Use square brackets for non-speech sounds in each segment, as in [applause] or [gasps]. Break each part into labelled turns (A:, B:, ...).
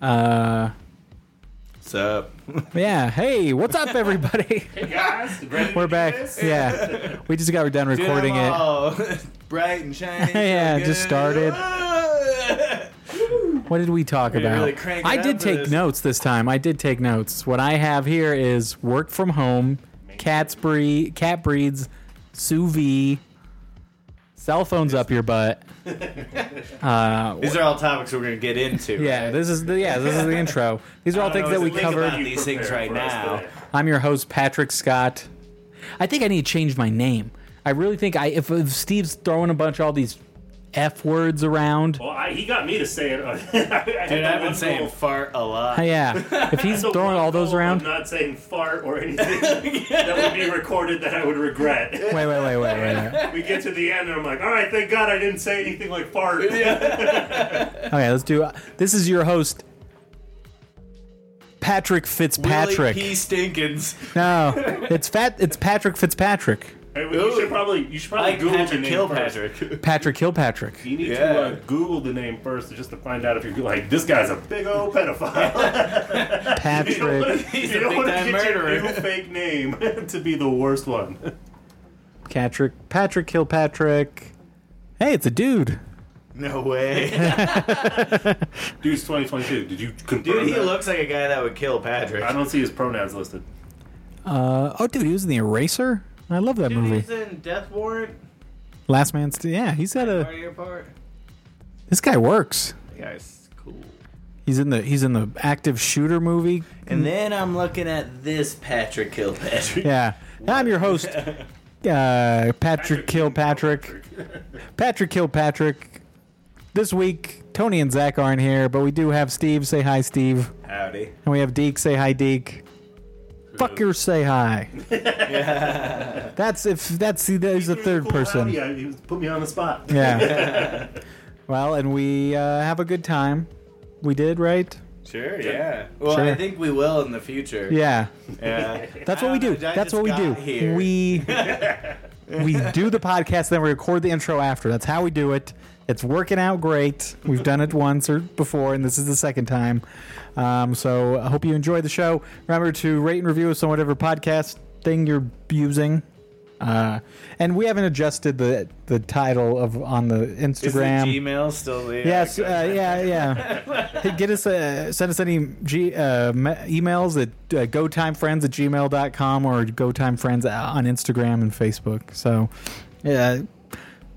A: [laughs]
B: Yeah. Hey, what's up, everybody?
A: Hey guys, ready to
B: We're
A: do
B: back.
A: this?
B: Yeah. We just got done
A: Dude, I'm
B: recording it.
A: all [laughs] bright and shiny.
B: Yeah,
A: so
B: just
A: good.
B: started. What did we talk
A: We
B: about?
A: really crank it
B: I did
A: up for
B: take
A: this.
B: notes this time. I did take notes. What I have here is work from home, cats breed, cat breeds, sous vide, cell phones up your butt. Uh,
A: [laughs] These are all topics we're gonna get into.
B: yeah, this is the yeah, this is
A: [laughs]
B: the intro. These are all things that we
A: Think about
B: covered.
A: these things right now.
B: I'm your host, Patrick Scott. I think I need to change my name. I really think I if, if Steve's throwing a bunch of all these f words around.
C: Well, I, he got me to say it. [laughs] Dude,
A: Dude, I've been saying fart a lot. [laughs]
B: Oh, Yeah, if he's throwing all those
C: I'm
B: around.
C: not saying fart or anything that would be recorded that I would regret.
B: Wait, wait, wait, wait, wait.
A: [laughs]
B: wait.
C: We get to the end and I'm like, all right, thank God I didn't say anything like fart.
B: Okay, let's do. uh, This is your host, Patrick Fitzpatrick.
A: Willie P.
B: [laughs]
A: Stinkins.
B: no, it's fat. It's Patrick Fitzpatrick.
C: Hey, you should probably you should probably
A: Like
C: Google
A: Patrick
C: the name first.
A: Kilpatrick.
B: Patrick Kilpatrick.
C: You need
A: Yeah.
C: to uh, Google the name first just to find out if you're like this guy's a big old [laughs] pedophile.
B: Patrick
A: He's
C: you
A: a
C: don't want to
A: big-time
C: get
A: murderer.
C: your new fake name [laughs] to be the worst one.
B: Patrick Patrick Kilpatrick. Hey, it's a dude.
A: [laughs] No way.
B: [laughs]
C: Dude's 2022. Did you confirm
A: Dude, he
C: that?
A: looks like a guy that would kill Patrick.
C: I don't see his pronouns listed.
B: Uh, oh, dude, he was in the Eraser. I love that movie.
A: in Death Warrant.
B: Last Man St- Yeah, he's had a.
A: your part.
B: This guy works.
A: Guy's cool.
B: He's in the he's in the active shooter movie.
A: And then I'm looking at this Patrick Kilpatrick.
B: Yeah, I'm
A: [laughs]
B: your host, uh, Patrick, Kilpatrick. Patrick Kilpatrick. This week, Tony and Zach aren't here, but we do have Steve. Say hi, Steve.
A: Howdy.
B: And we have Deke. Say hi, Deke. Fucker, say hi. [laughs] That's if that's the, he's the third
C: Cool,
B: person.
C: howdy, I- he was- put me on the spot.
B: Yeah. well, and we uh, have a good time. We did, right?
A: Sure, yeah. Well,
B: Sure.
A: I think we will in the future.
B: Yeah.
A: Yeah.
B: That's
A: I
B: what we do.
A: don't know, I
B: That's
A: just
B: what we
A: got
B: do.
A: here.
B: We
A: [laughs]
B: we do the podcast, then we record the intro after. That's how we do it. It's working out great. We've done it once or before, and this is the second time. Um, so I hope you enjoyed the show. Remember to rate and review us on whatever podcast thing you're using. Uh, and we haven't adjusted the the title of on the
A: Is the
B: Instagram.
A: Gmail still there?
B: Yes, uh, yeah, yeah. Hey, Get us, uh, send us any G, uh, me- emails at uh, gotimefriends at gmail.com or gotimefriends uh, on Instagram and Facebook. So, yeah,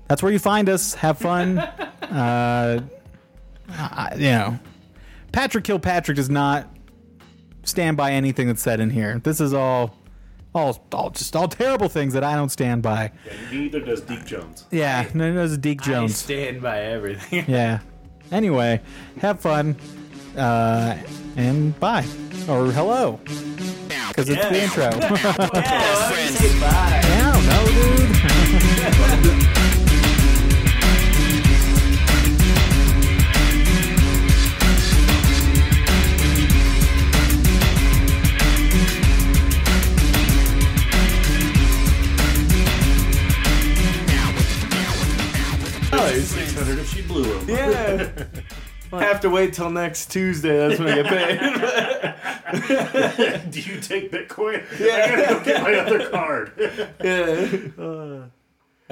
B: that's where you find us. Have fun. uh, I, you know, Patrick Kilpatrick does not stand by anything that's said in here. This is all, all, all just all terrible things that I don't stand by.
C: Neither does Deep Jones.
B: Yeah, no, no, it's Deke
A: I
B: Jones.
A: stand by everything.
B: Yeah. Anyway, have fun. Uh, and bye. Or hello. Because it's the intro.
C: [laughs]
B: [laughs]
A: [laughs] yeah, why don't you say bye?
B: I don't know, dude.
C: Six hundred Oh, if she blew him.
A: Yeah. Have to wait till next Tuesday. That's when I get paid.
B: [laughs]
C: [laughs] Do you take Bitcoin? I gotta go [laughs] get my other card.
A: yeah.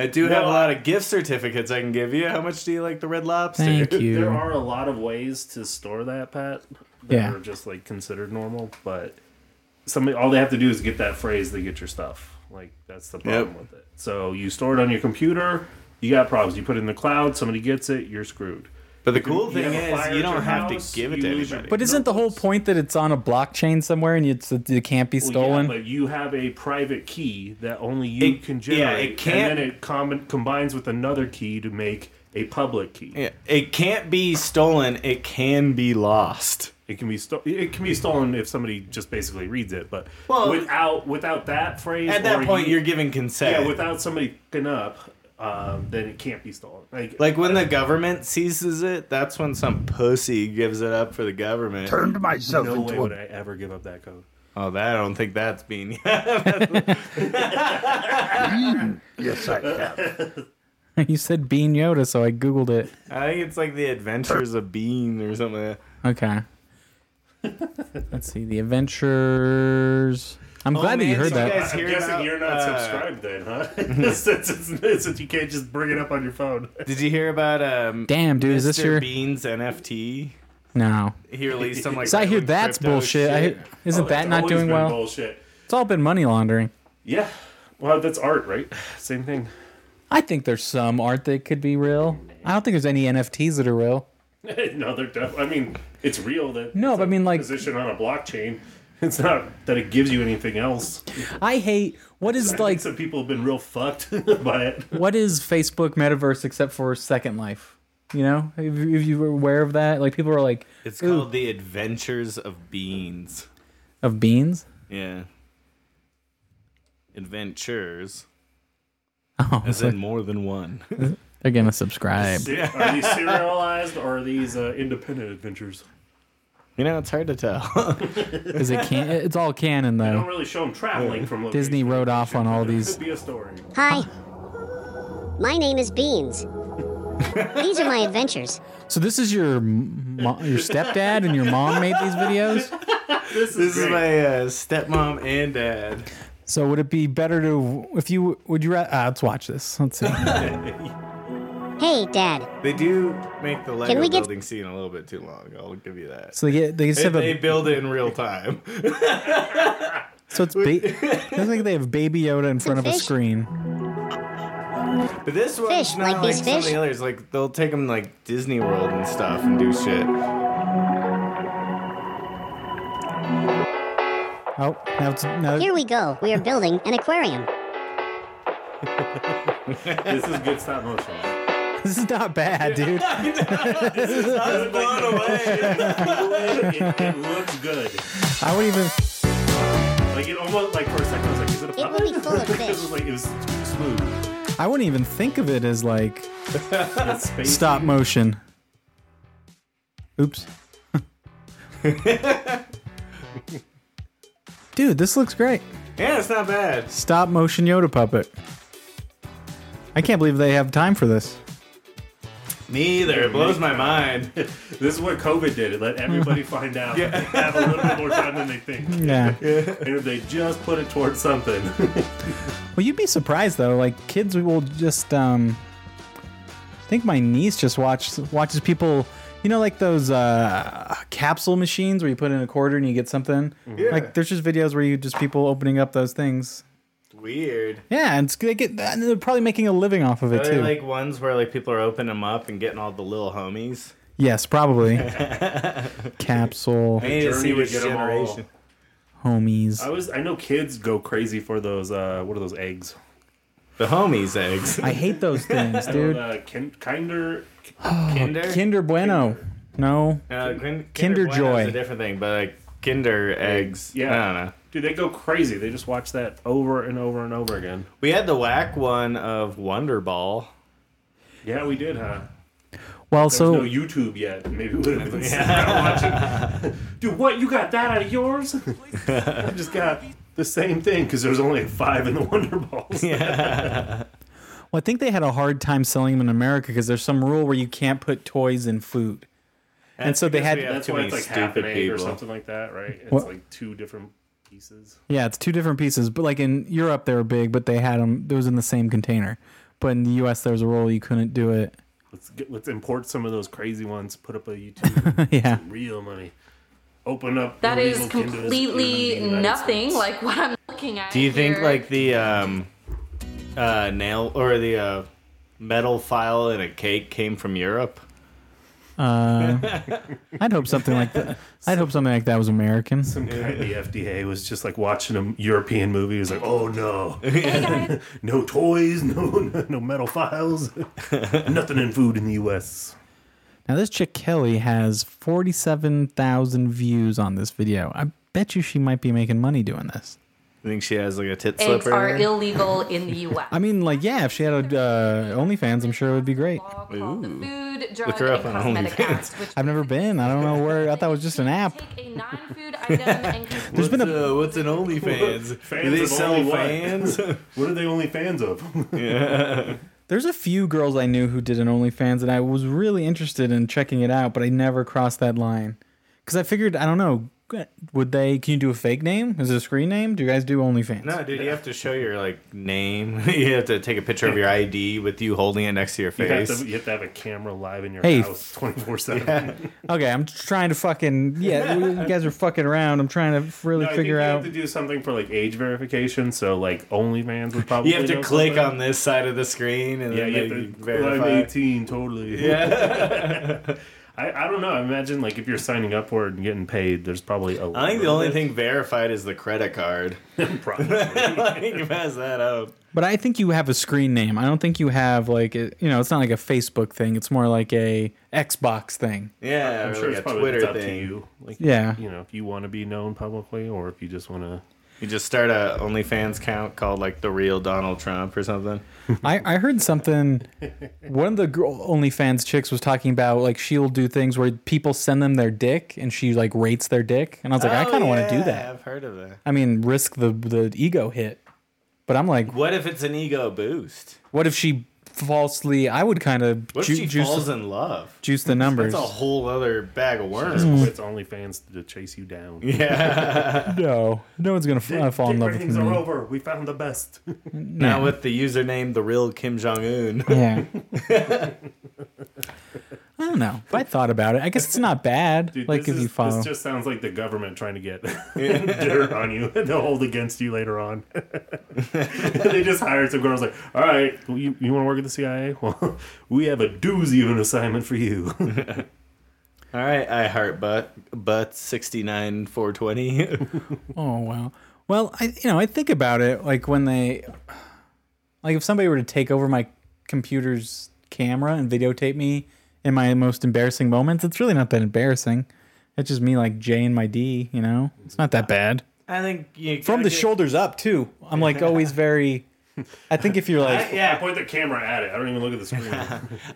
A: I do have a
C: No,
A: lot of gift certificates I can give you. How much do you like the Red Lobster?
B: Thank
C: There
B: you.
C: are a lot of ways to store that, Pat. That
B: Yeah.
C: are just like considered normal, but somebody all they have to do is get that phrase. They get your stuff. Like that's the problem
A: Yep.
C: with it. So you store it on your computer. You got problems. You put it in the cloud. Somebody gets it. You're screwed.
A: But the cool
C: You
A: thing
C: have a fire
A: is,
C: at
A: you don't
C: your
A: have to
C: house,
A: give it
C: you
A: to
C: lose your
A: anybody.
B: But isn't the whole point that it's on a blockchain somewhere and it's, it can't be
C: Well,
B: stolen?
C: Yeah, but you have a private key that only you
A: It-
C: can
A: yeah,
C: generate.
A: it can't-
C: And then it com- combines with another key to make a public key.
A: Yeah, it can't be stolen. It can be lost.
C: It can be sto- it can be stolen if somebody just basically reads it, but
A: Well-
C: without without that phrase
A: At that
C: or
A: point,
C: you-
A: you're giving consent.
C: yeah without somebody fucking up, um, then it can't be stolen. Like,
A: Like when the government seizes it, that's when some pussy gives it up for the government.
D: turned myself
C: no way
D: into
C: would
D: a
C: I ever give up that code.
A: Oh, that I don't think that's being. [laughs]
D: bean. Yes, I have.
B: [laughs] you said Bean Yoda, so I Googled it.
C: [laughs]
A: I think it's like the Adventures of Bean or something. like that.
B: Okay. Let's see. The Adventures. I'm
A: Oh,
B: glad that you
A: man,
B: heard
A: so
B: that.
A: guys-
C: I'm
A: hear
C: guessing
A: about,
C: you're not
A: uh,
C: subscribed then,
A: [laughs]
C: huh? [laughs] since, since- since you can't just bring it up on your phone.
A: Did you hear about um?
B: Damn, dude,
A: Mr.
B: is this your
A: Beans NFT?
B: no?
A: He released some like.
B: So I hear
A: random
B: that's
A: crypto
B: bullshit. I
A: shit.
B: hear, isn't
C: Oh,
B: that
C: it's
B: not
C: always
B: doing
C: been
B: well?
C: Bullshit.
B: It's all been money laundering.
C: Yeah. Well, that's art, right? [sighs] Same thing. [laughs]
B: I think there's some art that could be real. I don't think there's any NFTs that are real.
C: no, they're def- I mean, it's real that
B: No,
C: it's
B: but I
C: a
B: mean, like-
C: position on a blockchain. [laughs] It's not that it gives you anything else.
B: I hate what is
C: Like
B: like
C: [laughs] some people have been real fucked [laughs] by it.
B: what is Facebook metaverse except for Second Life? You know, if, you- if you were aware of that, like people are like
A: It's
B: Ooh.
A: called the Adventures of Beans.
B: of beans.
A: Yeah. Adventures,
B: Oh,
A: as
B: so
A: in more than one. [laughs]
B: they're gonna
C: [laughs]
B: subscribe.
C: Are these serialized or are these uh, independent adventures?
A: You know, it's hard to tell. [laughs]
B: Is it can? It's all canon
C: I don't
B: though.
C: really show them traveling from location.
B: Disney rode off on all these.
C: Could be a story.
E: Hi. My name is Beans. These are my adventures.
B: So this is your mo- your stepdad and your mom made these videos.
C: This
A: this
C: is,
A: is
C: great.
A: my uh, stepmom and dad.
B: So would it be better to if you would you ra- uh, let's watch this? Let's see.
E: Hey, Dad.
A: They do make the Lego
E: we get-
A: building scene a little bit too long. I'll give you that.
B: So they get they just
A: They,
B: have
A: they
B: a
A: build it in real time. [laughs]
B: so it's ba- it looks like they have Baby Yoda in front of a
E: fish.
B: screen.
A: But this one's
E: Fish,
A: not
E: like these
A: some of
E: fish?
A: the others. Like they'll take them like Disney World and stuff and do shit.
B: Oh, now it's now
E: Here we go. We are building an aquarium.
C: This is good stop motion.
B: [laughs] this is not bad, dude.
A: I was blown away.
C: it, it looks good.
B: I would even
C: Like it almost like for a second I was like, is it a
E: It would
C: [laughs]
E: be full of
C: Because it
E: fish.
C: was like it was smooth.
B: I wouldn't even think of it as like
C: It's spacey.
B: stop motion. Oops. Dude, this looks great.
A: yeah, it's not bad.
B: Stop motion Yoda puppet. I can't believe they have time for this.
A: Me either. It blows my mind. [laughs]
C: This is what COVID did. It
B: [laughs]
C: let everybody find out that they have a little bit more time than they think.
B: Yeah.
C: And if they just put it towards something,
B: Well, you'd be surprised though. Like kids will just um I think my niece just watched watches people you know like those uh capsule machines where you put in a quarter and you get something.
A: Yeah.
B: Like there's just videos where you just people opening up those things.
A: Weird.
B: Yeah, and it's, they get and they're probably making a living off of it
A: Are
B: too.
A: they Oh, like ones where like people are opening them up and getting all the little homies?
B: yes, probably. capsule
A: I need to
C: journey
A: see
C: to
A: which
C: get 'em all.
A: generation.
B: homies.
C: I was I know kids go crazy for those uh what are those eggs?
A: The homies eggs.
B: I hate those things, dude.
C: Uh, kin- kinder
A: Uh, Kinder.
B: [laughs] Kinder Bueno. No.
A: No, kin-
B: Kinder
A: Bueno
B: Joy.
A: is a different thing, but like Kinder eggs.
C: Yeah.
A: I don't know.
C: Dude, they go crazy. They just watch that over and over and over again.
A: We had the whack one of Wonder Ball.
C: Yeah, we did, huh?
B: Well,
C: There's
B: so
C: no YouTube yet. Maybe we would have been sitting there watching. Dude, what? You got that out of yours? I just got the same thing because there's only five in the [laughs] Wonder Balls.
B: Well, I think they had a hard time selling them in America because there's some rule where you can't put toys in food. and so they
A: because
B: had,
A: we have-
C: That's
A: Too
C: why
A: many
C: it's like half an
A: stupid
C: egg or
A: people.
C: something like that, right? It's
B: What?
C: like two different pieces.
B: yeah, it's two different pieces. But like in Europe, they were big, but they had them, it was in the same container. But in the US, there was a rule you couldn't do it. [laughs]
C: Let's get, let's import some of those crazy ones. Put up a YouTube.
B: [laughs] yeah.
C: real money. Open up.
F: That is
C: illegal Kindles in the
F: completely
C: United
F: nothing
C: States.
F: like what I'm looking at.
A: Do you think
F: here.
A: like the um, uh, nail or the uh, metal file in a cake came from Europe?
B: Uh, I'd hope something like that. I'd hope something like that was American.
C: Some guy at the FDA was just like watching a European movie. He was like, "Oh
F: [laughs]
C: no,
F: Hey, guys,
C: no toys, no no, no metal files, nothing in food in the U.S."
B: Now, this chick Kelly has 47,000 views on this video. I bet you she might be making money doing this.
A: I think she has like a tit
F: eggs
A: slipper.
F: are
A: in her.
F: illegal in
B: [laughs]
F: the U.S.
B: I mean, like, yeah, if she had a uh, OnlyFans, I'm sure it would be great.
F: Law called the Food, Drug,
A: Look her up
F: and
A: on
F: Cosmetic
A: OnlyFans.
F: Act, which
B: [laughs] I've never been. I don't know where. I thought it was just an app.
F: Take a non-food item
B: [laughs]
F: and
B: There's been
A: What's,
B: a-
A: uh, what's an OnlyFans?
C: [laughs] Fans
A: Do they
C: of
A: sell
C: only what?
A: fans?
C: [laughs] What are they only fans of?
B: There's a few girls I knew who did an OnlyFans, and I was really interested in checking it out, but I never crossed that line because I figured I don't know. would they? Can you do a fake name? Is it a screen name? Do you guys do OnlyFans?
A: No, dude, you have to show your like name. [laughs] you have to take a picture of your ID with you holding it next to your
C: You have,
A: face.
C: to, you have to have a camera live in your
B: Hey.
C: house 24 7.
B: [laughs] Okay, I'm trying to fucking
C: [laughs]
B: yeah. you guys are fucking around. I'm trying to really
C: I think
B: figure
C: you
B: out.
C: have to do something for like age verification. So, like, OnlyFans would probably.
A: You have to
C: know
A: click
C: something.
A: on this side of the screen and
C: Yeah,
A: then
C: you have
A: they
C: to.
A: verify.
C: I'm 18, totally.
A: Yeah.
C: [laughs]
A: [laughs]
C: I, I don't know. I imagine, like, if you're signing up for it and getting paid, there's probably a
A: I think the
C: [laughs]
A: only thing verified is the credit card. [laughs]
C: Probably.
A: like, pass that up.
B: But I think you have a screen name. I don't think you have like a, you know. It's not like a Facebook thing. It's more like a Xbox thing.
A: Yeah,
C: [laughs] I'm
A: or
C: sure
A: like
C: it's
A: a
C: probably
A: Twitter
C: it's up
A: thing.
C: to you. Like,
B: Yeah.
C: you know, if you want to be known publicly or if you just want to.
A: You just start a OnlyFans count called like the real Donald Trump or something.
B: I, I heard something. One of the girl, OnlyFans chicks was talking about like she'll do things where people send them their dick and she like rates their dick, and I was like, I kind of want to do that.
A: Oh, I've heard of that.
B: I mean, risk the the ego hit. But I'm like,
A: What if it's an ego boost?
B: what if she falsely? I would kind of
A: What if she
B: juice,
A: falls in love?
B: juice the numbers.
A: That's a whole other bag of worms. [laughs]
B: Hmm.
C: It's OnlyFans to chase you down.
B: [laughs] No, no one's gonna f- uh, fall in
C: Dick
B: love with
C: ratings are
B: me.
C: over. We found the best.
A: Now with the username the real Kim Jong Un.
B: Yeah. I don't know. But I thought about it. I guess it's not bad.
C: Dude,
B: like
C: this
B: if
C: is-
B: you follow.
C: This just sounds like the government trying to get [laughs] dirt on you and they'll hold against you later on. [laughs] they just hired some girls like, all right, well, you, you want to work at the CIA? [laughs] Well, we have a doozy of an assignment for you.
A: [laughs]
C: [laughs]
A: All right, I heart butt butt sixty nine four twenty. [laughs]
B: Oh wow. Well, I you know I think about it like when they, like if somebody were to take over my computer's camera and videotape me in my most embarrassing moments, it's really not that embarrassing. It's just me like J and my D. You know, it's not that bad.
A: I think you
B: From the
A: gotta get-
B: shoulders up too. I'm like always very. I think if you're like [laughs]
C: I
A: Yeah,
C: point the camera at it. I don't even look at the screen.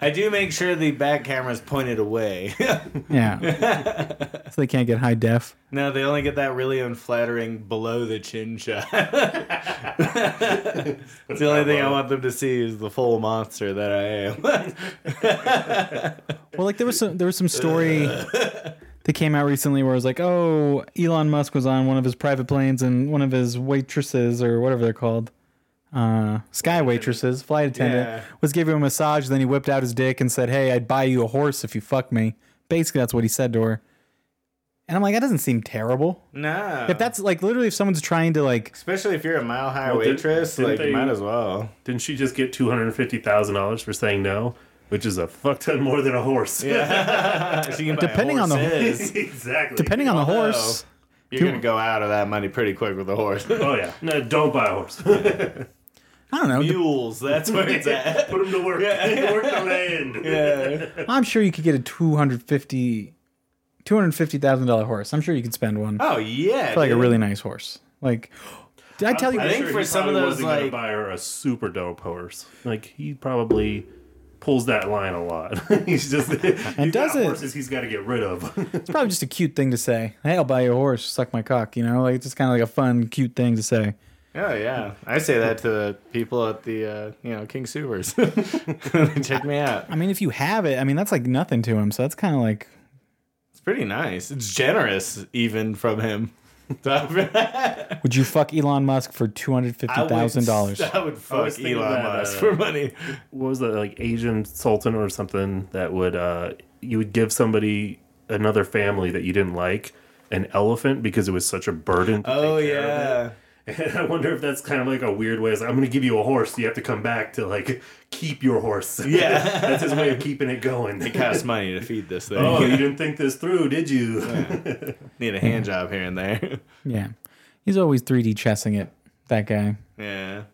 A: I do make sure the back camera's pointed away. [laughs]
B: yeah, so they can't get high def.
A: no, they only get that really unflattering below the chin shot. [laughs] That's the only thing I want them to see is the full monster that I am. [laughs]
B: Well, like there was some there was some story that came out recently where it was like, oh, Elon Musk was on one of his private planes and one of his waitresses or whatever they're called, uh, sky waitresses, flight attendant,
A: Yeah.
B: was giving him a massage. Then he whipped out his dick and said, "Hey, I'd buy you a horse if you fuck me." Basically, that's what he said to her. And I'm like, that doesn't seem terrible.
A: no.
B: If that's like literally, if someone's trying to like,
A: Especially if you're a mile high
C: Well, did-
A: waitress,
C: didn't
A: like
C: they-
A: you might as
B: [laughs]
A: well.
C: Didn't she just get two hundred and fifty thousand dollars for saying no? Which is a fuck ton more than a horse.
A: She can buy
B: Depending on the-
A: horses.
C: [laughs] exactly.
B: depending on the horse,
A: you're gonna go out of that money pretty quick with a horse. [laughs]
C: Oh yeah. No, don't buy a horse. [laughs] Put
B: I don't know.
A: Mules, that's where it's at.
B: [laughs]
C: them to work. [laughs] work the land.
A: Yeah.
B: I'm sure you could get a 250 $250,000 dollar horse. I'm sure you could spend one.
A: Oh yeah,
B: for like a
A: dude.
B: really nice horse. Like, [gasps] did I tell you?
C: I'm
A: think
C: sure
A: for
C: he
A: some
C: probably
A: of those,
C: wasn't gonna
A: like-
C: buy her a super dope horse. Like he probably pulls that line a lot. [laughs] he's
A: [laughs]
C: just and
B: does it.
C: horses he's got to get rid of. [laughs]
B: It's probably just a cute thing to say. Hey, I'll buy you a horse. Suck my cock. You know, like it's just kind of like a fun, cute thing to say.
A: Oh yeah, I say that to the people at the uh, you know King Supers. [laughs] they check me out.
B: I mean, if you have it, I mean that's like nothing to him. So that's kind of like,
A: It's pretty nice. It's generous even from him. [laughs]
B: would you fuck Elon Musk for two hundred fifty thousand dollars?
A: I would
C: I was
A: fuck
C: thinking
A: Elon
C: that,
A: Musk
C: uh,
A: for money.
C: what was that like Asian sultan or something that would uh you would give somebody another family that you didn't like an elephant because it was such a burden. to
A: Oh
C: take care of it.
A: yeah.
C: And [laughs] I wonder if that's kind of like a weird way. It's like, I'm going to give you a horse. You have to come back to like keep your horse.
A: Yeah.
C: [laughs] that's his way of keeping it
A: [laughs]
C: going.
A: Costs money to feed this [laughs] thing.
C: Oh, you didn't think this through, did you?
A: Oh, Need a hand job here and there. [laughs]
B: Yeah, he's always three D chessing it. That guy.
A: yeah.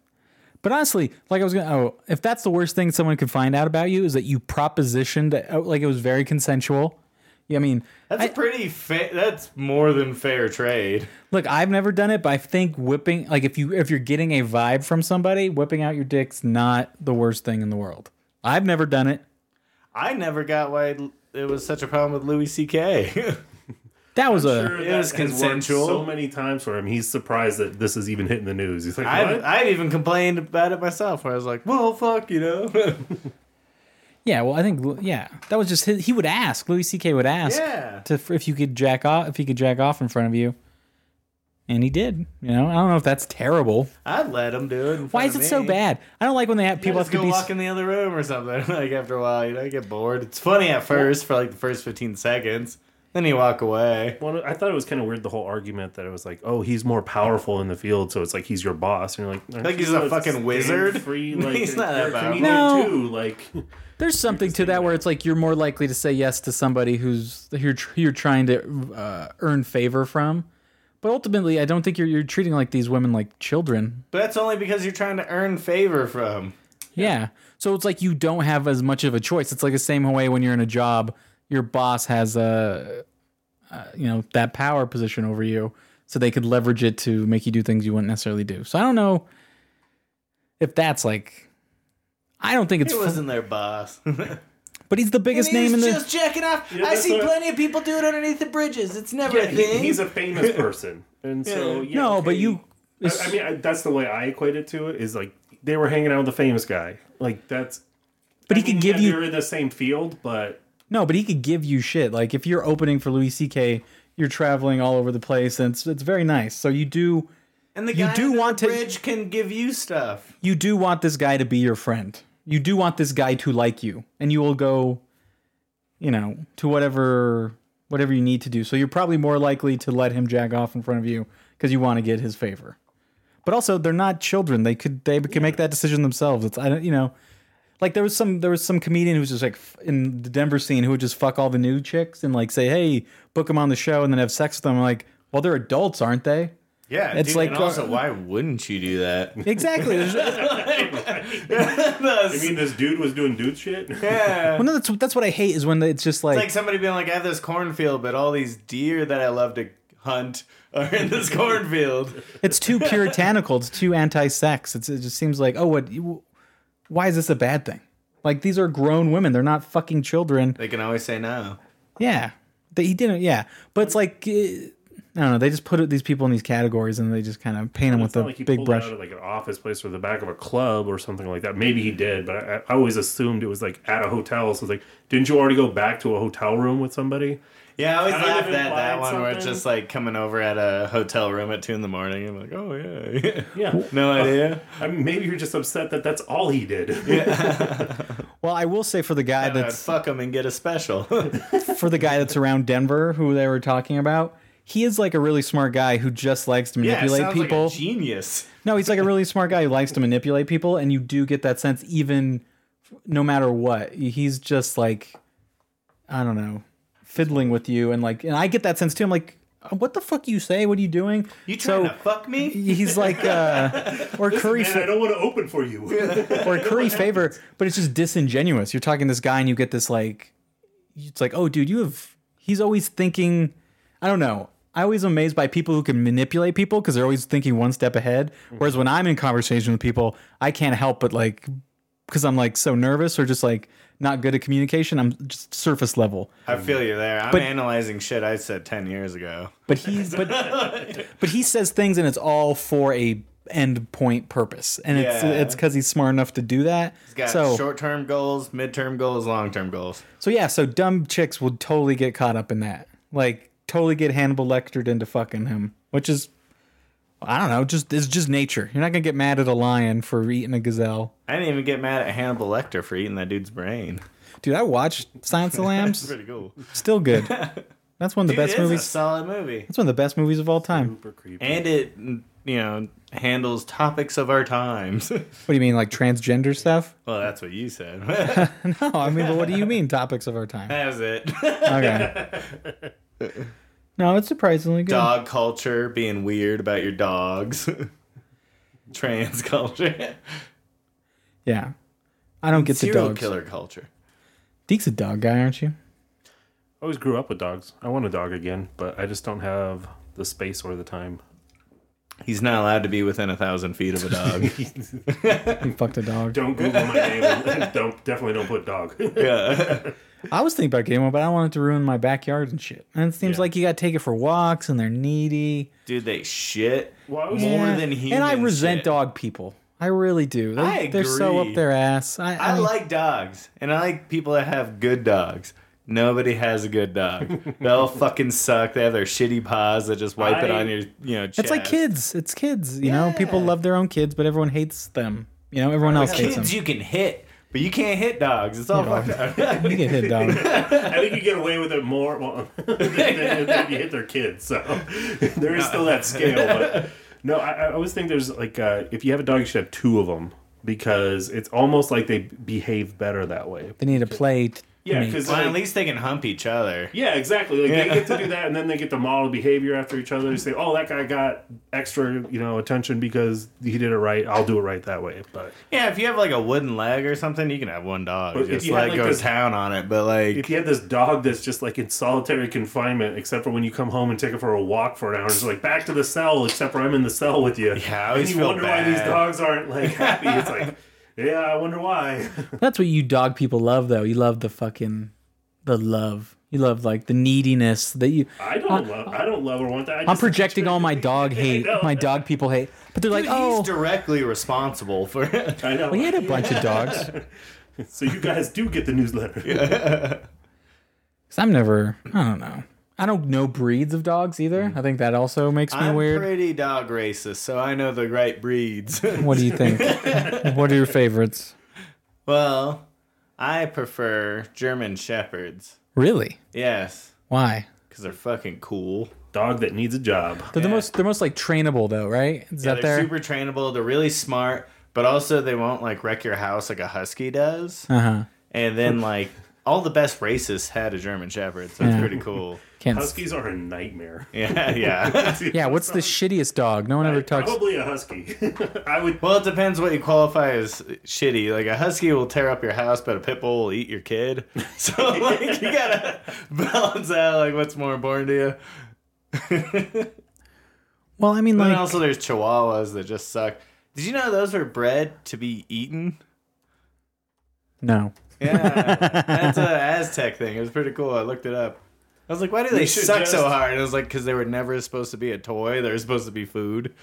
B: But honestly, like I was gonna, oh, if that's the worst thing someone could find out about you is that you propositioned, oh, like it was very consensual. Yeah, I mean,
A: That's a pretty fa- that's more than fair trade.
B: Look, I've never done it, but I think whipping like if you if you're getting a vibe from somebody, whipping out your dick's not the worst thing in the world. I've never done it.
A: I never got why it was such a problem with Louis [laughs] C.K.
B: That was a
C: Sure,
A: It
C: that
A: was
C: has worked
A: consensual.
C: So many times for him, he's surprised that this is even hitting the news. He's like,
A: [laughs]
C: what?
A: I've, I've even complained about it myself where I was like, well, fuck, you know?
B: Yeah, well, I think yeah, that was just his, he would ask. Louis C.K. would ask
A: Yeah.
B: to if you could jack off if he could jack off in front of you, and he did. You know, I don't know if that's terrible.
A: I let him do it. in
B: Why
A: front
B: is
A: of
B: it so
A: me.
B: bad? I don't like when they have
A: You
B: people have
A: just
B: to
A: go
B: be.
A: walk in the other room or something. [laughs] Like after a while, you know, you get bored. It's funny at first for like the first fifteen seconds, then you walk away.
C: Well, I thought it was kind of weird the whole argument that it was like, oh, he's more powerful in the field, so it's like he's your boss, and you're like, aren't
A: Like he's
C: you
A: a fucking
C: damn
A: wizard? [laughs]
C: free like
A: He's not that
C: character
A: powerful.
C: comedian,
B: No.
C: too? Like,
B: There's something to that where it's like you're more likely to say yes to somebody who's who you're, tr- you're trying to uh, earn favor from. But ultimately, I don't think you're you're treating like these women like children.
A: But that's only because you're trying to earn favor from.
B: Yeah. So it's like you don't have as much of a choice. It's like the same way when you're in a job, your boss has a, uh, you know, that power position over you, so they could leverage it to make you do things you wouldn't necessarily do. So I don't know if that's like, I don't think it's.
A: He wasn't their boss. [laughs]
B: but he's the biggest name in the.
A: just jacking off. I
C: that's
A: see
C: what-
A: plenty of people do it underneath the bridges. It's never a
C: he-
A: thing.
C: he's a
A: [laughs]
C: famous person, and so yeah,
B: no,
C: okay.
B: but you.
C: I, I mean, I, that's the way I equate it to it. Is like they were hanging out with the famous guy. Like that's.
B: but he
C: I
B: could
C: mean,
B: give
C: yeah,
B: you
C: They're in the same field, but
B: No, but he could give you shit. Like if you're opening for Louis C.K., you're traveling all over the place, and it's it's very nice. So you do
A: and the
B: you
A: guy
B: do
A: under
B: want
A: the
B: to-
A: bridge can give you stuff.
B: you do want this guy to be your friend. You do want this guy to like you, and you will go, you know, to whatever whatever you need to do. So you're probably more likely to let him jack off in front of you because you want to get his favor. But also, they're not children. They could they could make that decision themselves. It's I don't you know, like there was some there was some comedian who was just like f- in the Denver scene who would just fuck all the new chicks and like say, hey, book them on the show, and then have sex with them. I'm like, well, they're adults, aren't they?
A: Yeah,
B: It's like, uh,
A: why wouldn't you do [laughs] that?
B: Exactly. There's-
C: I mean, this dude was doing dude shit.
B: [laughs]
C: [laughs]
B: well, no, that's that's what I hate is when it's just
A: It's like somebody being like, I have this cornfield, but all these deer that I love to hunt are in this [laughs] cornfield.
B: it's too puritanical. It's too anti-sex. It's, it just seems like, oh, what? you- Why is this a bad thing? Like these are grown women. They're not fucking children.
A: They can always say no.
B: Yeah, that he didn't. Yeah, but it's like eh, I don't know. They just put these people in these categories and they just kind of paint them with
C: It's not
B: a
C: like he
B: big
C: pulled it
B: brush.
C: out of like an office place or the back of a club or something like that. Maybe he did, but I, I always assumed it was like at a hotel. So it's like, didn't you already go back to a hotel room with somebody?
A: Yeah, I always
C: Kind of
A: laughed at that
C: implied
A: one where it's
C: something.
A: just like coming over at a hotel room at two in the morning. I'm like, oh yeah, [laughs]
C: Yeah.
A: no idea.
C: uh, I mean, maybe you're just upset that that's all he did. [laughs]
B: Well, I will say for the guy
A: I'd
B: that's
A: fuck them and get a special. [laughs]
B: for the guy that's around Denver who they were talking about. He is like a really smart guy who just likes to
A: yeah,
B: manipulate
A: sounds
B: people.
A: like a genius.
B: No, he's like a really smart guy who likes to manipulate people, and you do get that sense even no matter what. He's just like, I don't know, fiddling with you, and like, and I get that sense too. I'm like, "Uh, what the fuck you say? What are you doing?
A: You trying
B: so
A: to fuck me?
B: he's like, uh, or curry,
C: Man, I don't want to open for you.
B: or curry favor, but it's just disingenuous. You're talking to this guy, and you get this like, it's like, oh, dude, you have. He's always thinking. I don't know. I always am amazed by people who can manipulate people because they're always thinking one step ahead.
A: Mm-hmm.
B: Whereas when I'm in conversation with people, I can't help but like, because I'm like so nervous or just like not good at communication. I'm just surface level.
A: I feel you there. I'm
B: But-
A: analyzing shit I said ten years ago. [laughs]
B: But he's but but he says things and it's all for a end point purpose, and it's
A: Yeah.
B: it's because he's smart enough to do that.
A: Got
B: so
A: short-term goals, mid-term goals, long-term goals.
B: So yeah, so dumb chicks would totally get caught up in that. Like totally get Hannibal lectured into fucking him, which is I don't know, just it's just nature. You're not gonna get mad at a lion for eating a gazelle.
A: I didn't even get mad at Hannibal Lecter for eating that dude's brain.
B: Dude, I watched Silence of the
A: [laughs]
B: Lambs.
A: Pretty cool.
B: Still good. That's one of the
A: Dude,
B: best
A: it's a
B: movies.
A: solid movie.
B: That's one of the best movies of all time.
C: [laughs] Super creepy.
A: and it you know handles topics of our times [laughs]
B: What do you mean, like transgender stuff? [laughs]
A: well that's what you said [laughs] that
B: No, I mean, but what do you mean topics of our time?
A: was it
B: [laughs] Okay. No, it's surprisingly good.
A: dog culture being weird about your dogs [laughs] trans culture
B: Yeah, I don't get the
A: serial
B: dogs.
A: killer culture
B: Deke's a dog guy, aren't you?
C: I always grew up with dogs. I want a dog again, but I just don't have the space or the time.
A: he's not allowed to be within a thousand feet of a
B: [laughs]
A: dog
B: He fucked a dog.
C: Don't Google my name. [laughs] and don't definitely don't put dog. [laughs]
B: I was thinking about getting one, but I don't want it to ruin my backyard and shit. And it seems
C: Yeah.
B: like you got to take it for walks, and they're needy.
A: dude they shit
C: Well, I was-
A: more
B: Yeah.
A: than human
B: And I resent
A: shit.
B: dog people. I really do. They,
A: I
B: They're so
A: agree.
B: up their ass. I, I,
A: I
B: mean,
A: like dogs, and I like people that have good dogs. Nobody has a good dog. they
B: [laughs]
A: all fucking suck. They have their shitty paws that just wipe it
C: I-
A: on your, you know. Chest.
B: It's like kids. It's kids. You know, people
A: Yeah.
B: love their own kids, but everyone hates them. You know, everyone else hates them.
A: Kids, you can hit, but you can't hit dogs. It's all fucked up.
B: [laughs] You get hit, dog.
A: [laughs]
C: I think you get away with it more well, [laughs] than, than- than you hit their kids. So [laughs] there is still that scale. But no, I, I always think there's like uh, if you have a dog, you should have two of them because it's almost like they behave better that way.
B: They need a play. t-
C: Yeah,
B: meet.
C: because
A: well, at least they can hump each other.
C: Yeah, exactly. Like they get to do that, and then they get to model behavior after each other. They say, "Oh, that guy got extra, you know, attention because he did it right. I'll do it right that way." But
A: Yeah, if you have like a wooden leg or something, you can have one dog.
C: But if
A: just
C: you had,
A: like,
C: like,
A: go
C: this-
A: town on it, but like
C: if you have this dog that's just like in solitary confinement, except for when you come home and take it for a walk for an hour, it's like back to the cell, except for I'm in the cell with
A: Yeah,
C: you.
A: I
C: and
A: always
C: you
A: feel
C: wonder why
A: bad.
C: these dogs aren't like happy. It's like, yeah, I wonder why.
B: That's what you dog people love, though. You love the fucking, the love. You love like the neediness that you.
C: I don't love. I don't love or want that. I
B: I'm
C: just-
B: projecting all
A: [laughs]
B: my dog hate,
C: know.
B: my dog people hate. But they're like,
A: Dude,
B: oh,
A: he's directly responsible for it.
C: I know.
B: we had a bunch of dogs.
A: [laughs]
C: so you guys do get the newsletter.
B: Cause I'm never. I don't know. I don't know breeds of dogs either. I think that also makes me
A: I'm
B: weird.
A: pretty dog racist, so I know the right breeds. [laughs]
B: What do you think? what are your favorites?
A: well, I prefer German shepherds.
B: Really?
A: Yes,
B: Why?
A: because they're fucking cool.
C: Dog that needs a job.
B: They're the most. They're most like trainable though, right? Is
A: Yeah,
B: that
A: they're
B: their?
A: super trainable. They're really smart, but also they won't like wreck your house like a husky does.
B: uh huh.
A: And then like all the best racists had a German shepherd, so
B: Yeah.
A: it's pretty cool.
B: Can't. s-
C: Huskies are a nightmare.
A: Yeah, yeah. [laughs]
B: Yeah. What's the shittiest dog? No one ever talks.
C: Probably a husky. [laughs] I would.
A: Well, it depends what you qualify as shitty. Like a husky will tear up your house, but a pit bull will eat your kid. [laughs] So like you gotta [laughs] balance out like what's more important to you.
B: Well, I mean,
A: But
B: like,
A: then also there's chihuahuas that just suck. Did you know those were bred to be eaten?
B: no.
A: Yeah, [laughs] that's a Aztec thing. It was pretty cool. I looked it up. I was like, why do they
C: should
A: suck
C: just-
A: so hard? And I was like, because they were never supposed to be a toy. They were supposed to be food.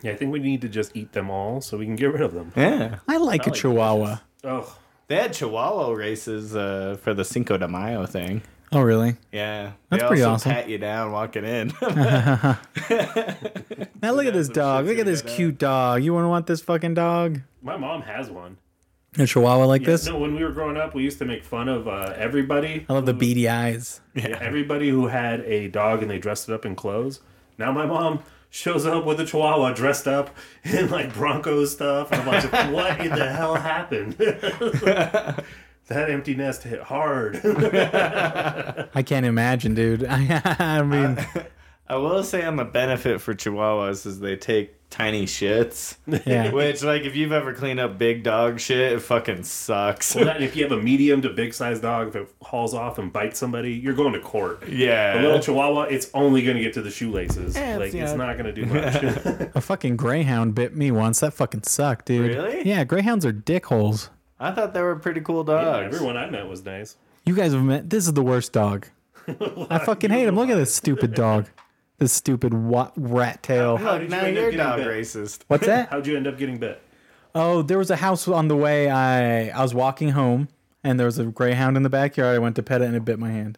C: Yeah, I think we need to just eat them all so we can get rid of them.
A: Yeah.
B: I like a Chihuahua.
C: Oh,
A: They had Chihuahua races uh, for the Cinco de Mayo thing.
B: Oh, really?
A: Yeah.
B: That's
A: they
B: pretty
A: also
B: awesome.
A: pat you down walking in. [laughs]
B: Now look at this
A: some
B: dog.
A: shit's
B: Look
A: gonna
B: at this
A: go down.
B: cute dog. You wouldn't want this fucking dog?
C: my mom has one.
B: A Chihuahua like
C: Yeah,
B: this?
C: No, when we were growing up, we used to make fun of uh, everybody.
B: I love the beady eyes.
C: Yeah, everybody who had a dog and they dressed it up in clothes. Now my mom shows up with a chihuahua dressed up [laughs] in like Bronco stuff. And I'm like, what in the hell happened? [laughs] that empty nest hit hard. [laughs]
B: I can't imagine, dude. [laughs] I mean,
A: I will say on the benefit for Chihuahuas is they take tiny shits.
B: yeah.
A: [laughs] Which, like, if you've ever cleaned up big dog shit, it fucking sucks.
C: well, that, if you have a medium to big sized dog, if it hauls off and bites somebody, you're going to court. A
A: [laughs]
C: little
A: yeah.
C: chihuahua, it's only going to get to the shoelaces.
A: it's,
C: like,
A: you
C: it's
A: know.
C: not going to do much.
B: A fucking greyhound bit me once. That fucking sucked, dude.
A: Really?
B: Yeah, greyhounds are dickholes.
A: I thought they were pretty cool dogs.
C: Everyone I met was nice.
B: You guys have met. This is the
A: [laughs]
B: worst dog. I fucking hate him. Look at this stupid dog. This stupid wa- rat tail.
C: How
A: Look,
C: did
A: now
C: you end up
A: you're
C: getting
A: dog
C: bit?
A: racist.
B: What's
A: [laughs]
B: that?
C: How'd you end up getting bit?
B: Oh, there was a house on the way. I I was walking home, and there was a greyhound in the backyard. I went to pet it, and it bit my hand.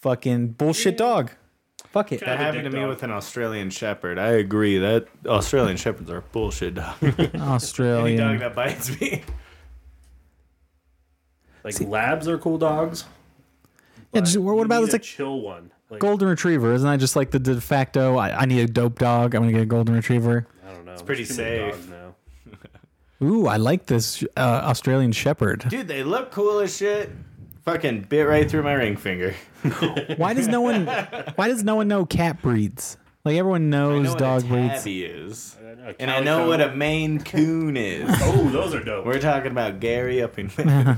B: Fucking bullshit dog. Fuck it.
A: That
C: a
A: happened to
C: dick
A: me
C: dog.
A: with an Australian Shepherd. I agree that Australian Shepherds are bullshit
C: [laughs]
A: dog.
C: Oh,
A: [laughs] Any dog
B: Australian.
A: that bites me.
C: Like labs are cool dogs.
B: Yeah, just-
C: You
B: what about
C: need
B: this
C: a
B: like
C: chill one? Like,
B: golden retriever? Isn't that just like the de facto? I, I need a dope dog. I'm gonna get a golden retriever.
C: I don't know. It's
A: pretty safe.
C: now.
B: Ooh, I like this uh, Australian Shepherd.
A: Dude, they look cool as shit. Fucking bit right through my ring finger.
B: Why does no one? Why does no one know cat breeds? Like everyone knows
A: know what
B: dog
A: a
B: breeds.
A: tabby is.
C: know,
A: and I
C: calico.
A: know what a Maine Coon is.
C: [laughs] Oh, those are dope.
A: We're talking about Gary up in but [laughs] uh,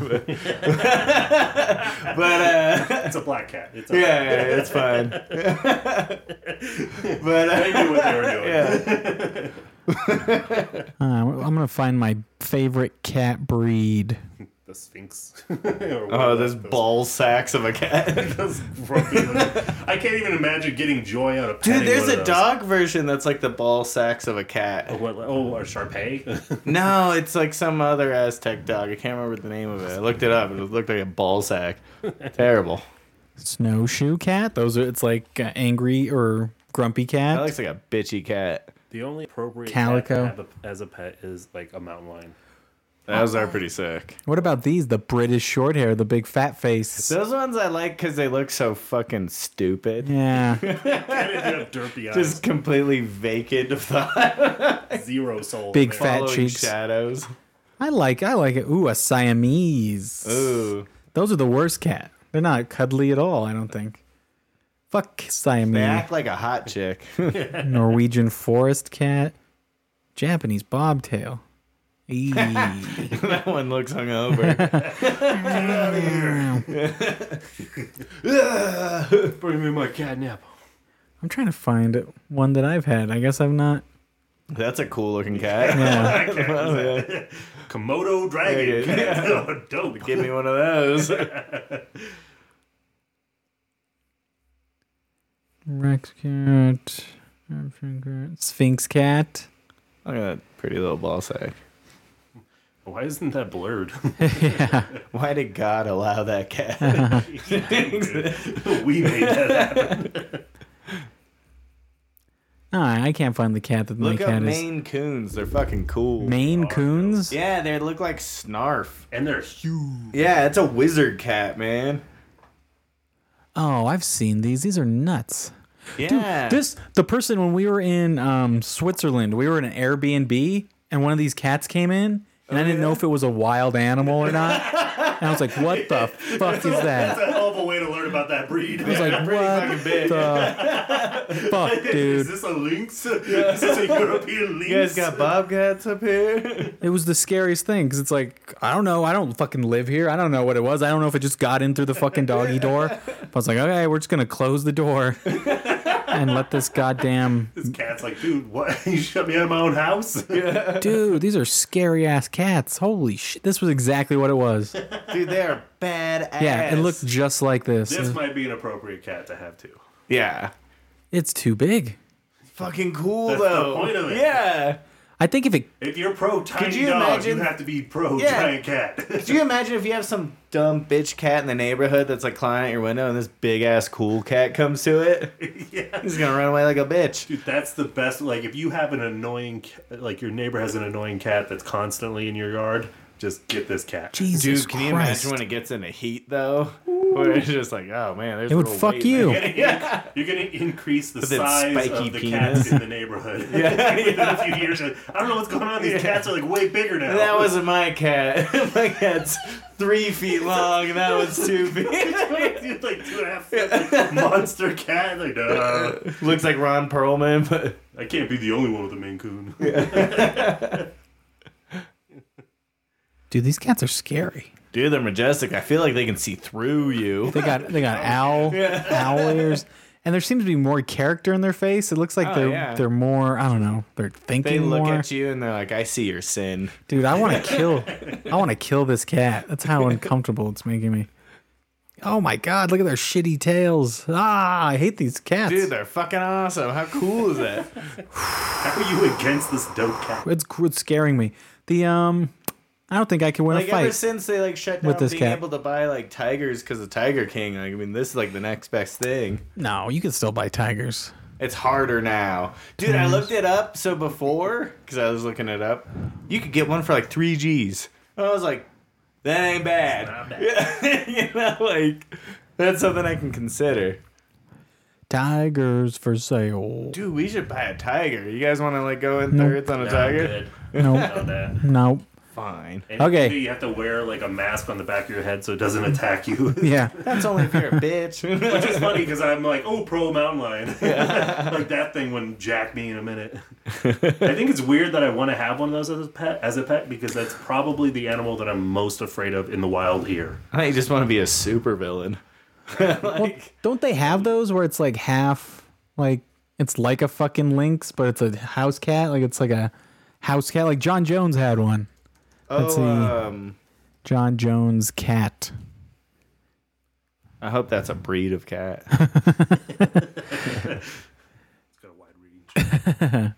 C: It's a black cat. It's a
A: yeah, yeah, it's fine. [laughs] but
C: I
A: [laughs] uh,
C: knew what they were doing.
A: yeah,
B: Uh, I'm gonna find my favorite cat breed.
C: the Sphinx. [laughs] Or
A: Oh,
C: whatever.
A: those ball sacks of a [laughs] cat.
C: Those grumpy little- I can't even imagine getting joy out of petting
A: Dude, there's
C: one of
A: a
C: those.
A: dog version that's like the ball sacks of a cat.
C: What, oh, a Sharpei?
A: [laughs] No, it's like some other Aztec dog. I can't remember the name of it. I looked it up. It looked like a ball [laughs] sack. Terrible.
B: Snowshoe cat. Those are. It's like uh, angry or grumpy cat.
A: That looks like a bitchy cat.
C: the only appropriate
B: Calico.
C: calico as a pet is like a mountain lion.
A: Those are pretty sick.
B: what about these? The British short hair, the big fat face.
A: Those ones I like because they look so fucking stupid. [laughs]
B: Yeah,
C: And if you have derpy eyes,
A: Just completely vacant of thought,
C: zero soul.
B: big
C: in there.
B: fat
A: following
B: cheeks. [laughs]
A: shadows.
B: I like. I like it. Ooh, a Siamese.
A: Ooh,
B: Those are the worst cat. They're not cuddly at all. I don't think. Fuck Siamese.
A: they act like a hot chick. [laughs]
B: Norwegian forest cat, Japanese bobtail. Eee.
A: that one looks
B: [laughs]
A: hungover.
C: Bring me my catnip.
B: I'm trying to find one that I've had. I guess I've not.
A: That's a cool looking cat. [laughs]
B: Yeah.
C: Komodo dragon.
A: There it
C: cat. [laughs] Oh, dope.
A: Give me one of
C: [laughs]
A: those.
B: Rex cat, African cat, Sphinx cat.
A: Look at that pretty little ball sack.
C: Why isn't that blurred? [laughs]
A: Why did God allow that cat?
C: [laughs] we made that. happen.
B: Ah, I can't find the cat that my
A: Look up
B: cat is.
A: Maine Coons. They're fucking cool.
B: Maine Coons.
A: Yeah, they look like Snarf.
C: And they're huge.
A: Yeah, it's a wizard cat, man.
B: Oh, I've seen these. These are nuts.
A: Yeah.
B: This the person when we were in um, Switzerland, we were in an Airbnb, and one of these cats came in, and I didn't know if it was a wild animal or not. and I was like,
A: [laughs]
B: "What the fuck is that?"
C: That's a hell of a way to learn about that breed.
B: I
A: [laughs]
B: was like, "What the fuck,
C: [laughs] Is
B: dude?"
C: this a lynx? Is this a European lynx?
A: you guys got bobcats up here? [laughs]
B: It was the scariest thing because it's like, I don't know, I don't fucking live here. I don't know what it was. I don't know if it just got in through the fucking doggy door. But I was like, okay, we're just gonna close
A: [laughs]
B: the door and let this goddamn
C: This [laughs] cat's like, dude, what? [laughs] You shut me out of my own house?
B: dude. These are scary ass cats. Holy shit! This was exactly what it was.
A: Dude, they are badass.
B: Yeah, it looked just like this.
C: this might be an appropriate cat to have too.
A: Yeah.
B: It's too big.
A: Fucking cool
C: That's the
A: though.
C: point of it.
A: Yeah.
B: I think if it
C: If you're pro tiny
A: you
C: dog,
A: imagine-
C: you have to be pro
A: Yeah.
C: giant cat. [laughs]
A: Do you imagine if you have some dumb bitch cat in the neighborhood that's like climbing at your window and this big ass cool cat comes to it? [laughs]
C: yeah.
A: He's gonna run away like a bitch.
C: Dude, that's the best. Like, if you have an annoying, ca- like your neighbor has an annoying cat that's constantly in your yard, just get this cat.
B: Jesus
A: Dude, can you
B: Christ,
A: imagine when it gets into heat though? Where it's just like, oh man, there's
B: it would
A: little
B: fuck
A: weight
B: you.
C: yeah, you're gonna increase the
A: its
C: size
A: spiky
C: of the
A: penis.
C: cats in the neighborhood. [laughs] Yeah, within a few years, you're like, I don't know what's going on. These cats are like way bigger now.
A: [laughs] That
C: [laughs]
A: wasn't my cat. [laughs] my cat's three feet long, and that was two feet.
C: Dude, like two and a half foot, like, [laughs] monster cat. Like, nah,
A: [laughs] Looks like Ron Perlman, but
C: I can't be the only one with a Maine Coon.
B: Dude, these cats are scary.
A: dude, they're majestic. I feel like they can see through you.
B: They got they got
A: [laughs]
B: owl owl ears, and there seems to be more character in their face. It looks like
A: Oh,
B: they're
A: yeah.
B: they're more I don't know. They're thinking
A: They look
B: more.
A: at you and they're like, "I see your sin."
B: Dude,
A: [laughs]
B: I want to kill I want to kill this cat. That's how uncomfortable it's making me. Oh my god, look at their shitty tails. Ah, I hate these cats.
A: Dude, they're fucking awesome. How cool is that?
C: [laughs] How are you against this dope cat?
B: it's, it's scaring me. The um I don't think I can win
A: like
B: a
A: ever
B: fight.
A: since they like shut down
B: With this
A: being
B: cat.
A: able to buy like tigers because of Tiger King, like I mean, this is like the next best thing.
B: no, you can still buy tigers.
A: It's harder now, dude. I looked it up. So before, because I was looking it up, you could get one for like three G's. And I was like, that ain't bad. [laughs] you know, like that's something I can consider.
B: Tigers for sale.
A: Dude, we should buy a tiger. You guys want to like go in thirds on a tiger? [laughs]
B: No,
C: On that.
B: no.
A: Fine.
C: And
B: Okay.
C: You have to wear like a mask on the back of your head so it doesn't attack you. [laughs]
B: Yeah.
A: That's only
B: [laughs]
A: if you're a bitch. [laughs]
C: Which is funny because I'm like, oh, pro mountain lion. [laughs] like that thing wouldn't jack me in a minute. I think it's weird that I want to have one of those as a pet, as a pet, because that's probably the animal that I'm most afraid of in the wild here.
A: I think you just want to be a super villain.
B: Well, don't they have those where it's like half like it's like a fucking lynx, but it's a house cat? Like it's like a house cat. Like John Jones had one. Let's see.
A: Oh, um,
B: John Jones cat.
A: I hope that's a breed of cat.
C: Got a wide range.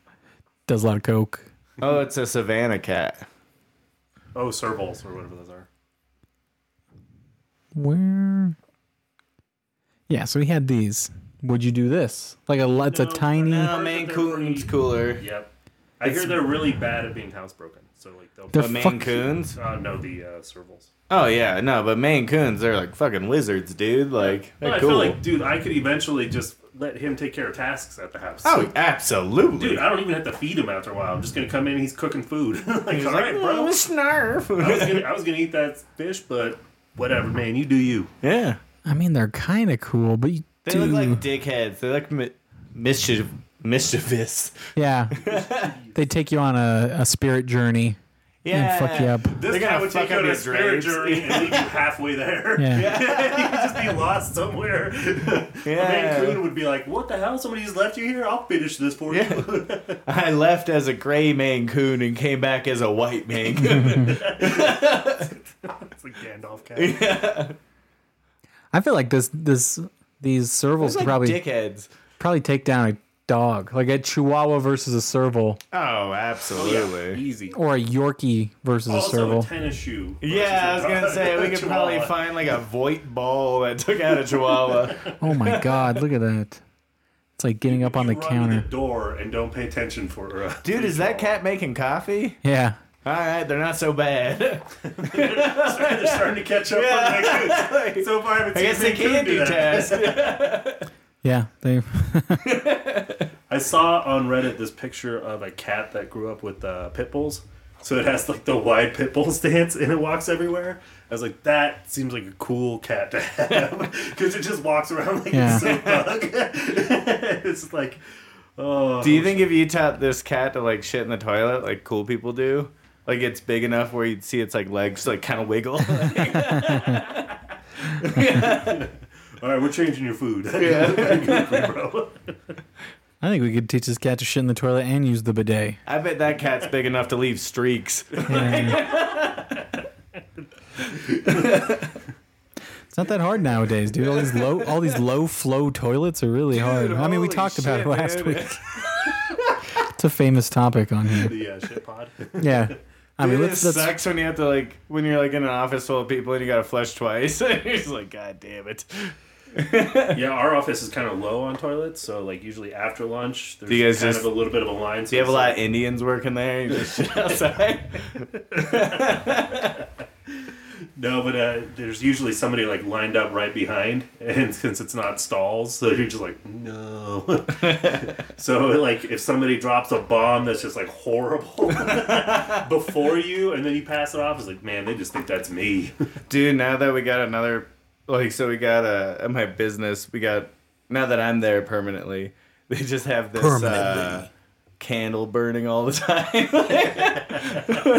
B: Does a lot of coke.
A: oh, it's a Savannah cat.
C: Oh, servals or whatever those are.
B: Where? Yeah, so he had these. Would you do this? Like a, lo- it's a
C: No,
B: tiny.
C: Uh,
A: Oh, Maine Coon's cooler.
C: Yep. I hear they're really bad at being housebroken. So like they'll.
B: They're
A: But Maine
B: Fuck.
A: Coons?
C: uh, no, the uh, servals.
A: Oh yeah, no, but Maine Coons, they're like fucking lizards, dude. Like
C: But
A: they're
C: Oh, I
A: cool.
C: feel like, dude, I could eventually just let him take care of tasks at the house.
A: oh, absolutely.
C: Dude, I don't even have to feed him after a while. I'm just gonna come in. and He's cooking food. [laughs] like, all right, bro.
A: "Mm, [laughs]
C: I was,
A: snarf.
C: gonna, I was gonna eat that fish, but whatever, man. You do you.
A: yeah,
B: I mean, they're kind of cool, but you
A: they
B: do.
A: look like dickheads. They look mi- mischief, mischievous. [laughs]
B: yeah. they take you on a, a spirit journey
A: Yeah,
B: and fuck you up.
C: This
A: They're
C: guy
A: gonna
C: would
A: fuck
C: take you
A: up
C: on a
A: your
C: spirit
A: dreams.
C: journey and leave you halfway there. [laughs]
B: Yeah.
C: You'd just be lost somewhere.
A: [laughs] Yeah.
C: Yeah. Coon would be like, "What the hell? Somebody's left you here. I'll finish this for you."
A: I left as a gray Maine Coon and came back as a white Maine Coon.
C: [laughs] it's like Gandalf cat.
B: I feel like this this these servals
A: It's like
B: could probably
A: dickheads.
B: probably take down a dog, like a Chihuahua versus a serval,
A: Oh, absolutely.
C: Oh, Easy.
B: or a Yorkie versus a
C: Also, a
B: serval.
C: tennis shoe. versus
A: Yeah, I
C: a
A: was gonna say we [laughs] could probably
C: [laughs] chihuahua.
A: find like a Voight ball that took out a Chihuahua.
B: oh my god, look at that! It's like getting up on the
C: You run to
B: counter.
C: the door and don't pay attention for. Uh,
A: Dude, is that cat making coffee?
B: Yeah,
A: All right, they're not so bad.
C: They're starting to catch up on my
A: [laughs] I [laughs]
C: Coons. So far, I haven't seen
A: guess they
C: Maine Coon
A: can do
C: that.
A: tasks. [laughs]
B: yeah, they. [laughs]
C: I saw on Reddit this picture of a cat that grew up with uh, pit bulls. So it has like the wide pit bull [laughs] stance and it walks everywhere. I was like, that seems like a cool cat to have [laughs] because it just walks around like
B: Yeah.
C: it's a bug. [laughs] it's like, oh,
A: Do you think if you tap this cat to like shit in the toilet, like cool people do, like it's big enough where you'd see its like legs like kind of [laughs] wiggle?
C: all right, we're changing your food. [laughs] Yeah, bro. [laughs]
B: I think we could teach this cat to shit in the toilet and use the bidet.
A: I bet that cat's big enough to leave [laughs] streaks.
B: It's not that hard nowadays, dude. All these low, all these low flow toilets are really hard. I mean, we
A: holy
B: talked about
A: shit,
B: it last
A: dude.
B: week. it's a famous topic on here.
C: The uh, shit
A: [laughs]
C: pod.
B: Yeah, I mean,
A: Dude,
B: let's,
A: it
B: let's
A: sucks when you have to like when you're like in an office full of people and you gotta flush twice. [laughs] You're just like, God damn it.
C: Yeah, our office is kind of low on toilets, so like usually after lunch, there's
A: Do you guys
C: kind
A: just-
C: of a little bit of a line. So
A: Do you have a lot of
C: it's
A: Indians working there? You just shit outside.
C: No, but uh, there's usually somebody like lined up right behind, [laughs] and since it's not stalls, so you're just like
A: [laughs]
C: no. so like if somebody drops a bomb that's just like horrible [laughs] before you, and then you pass it off, it's like man, they just think
A: [laughs]
C: that's me.
A: [laughs] Dude, now that we got another, like, so we got uh, at my business, we got now that I'm there permanently, they just have this uh, candle burning all the [laughs] time.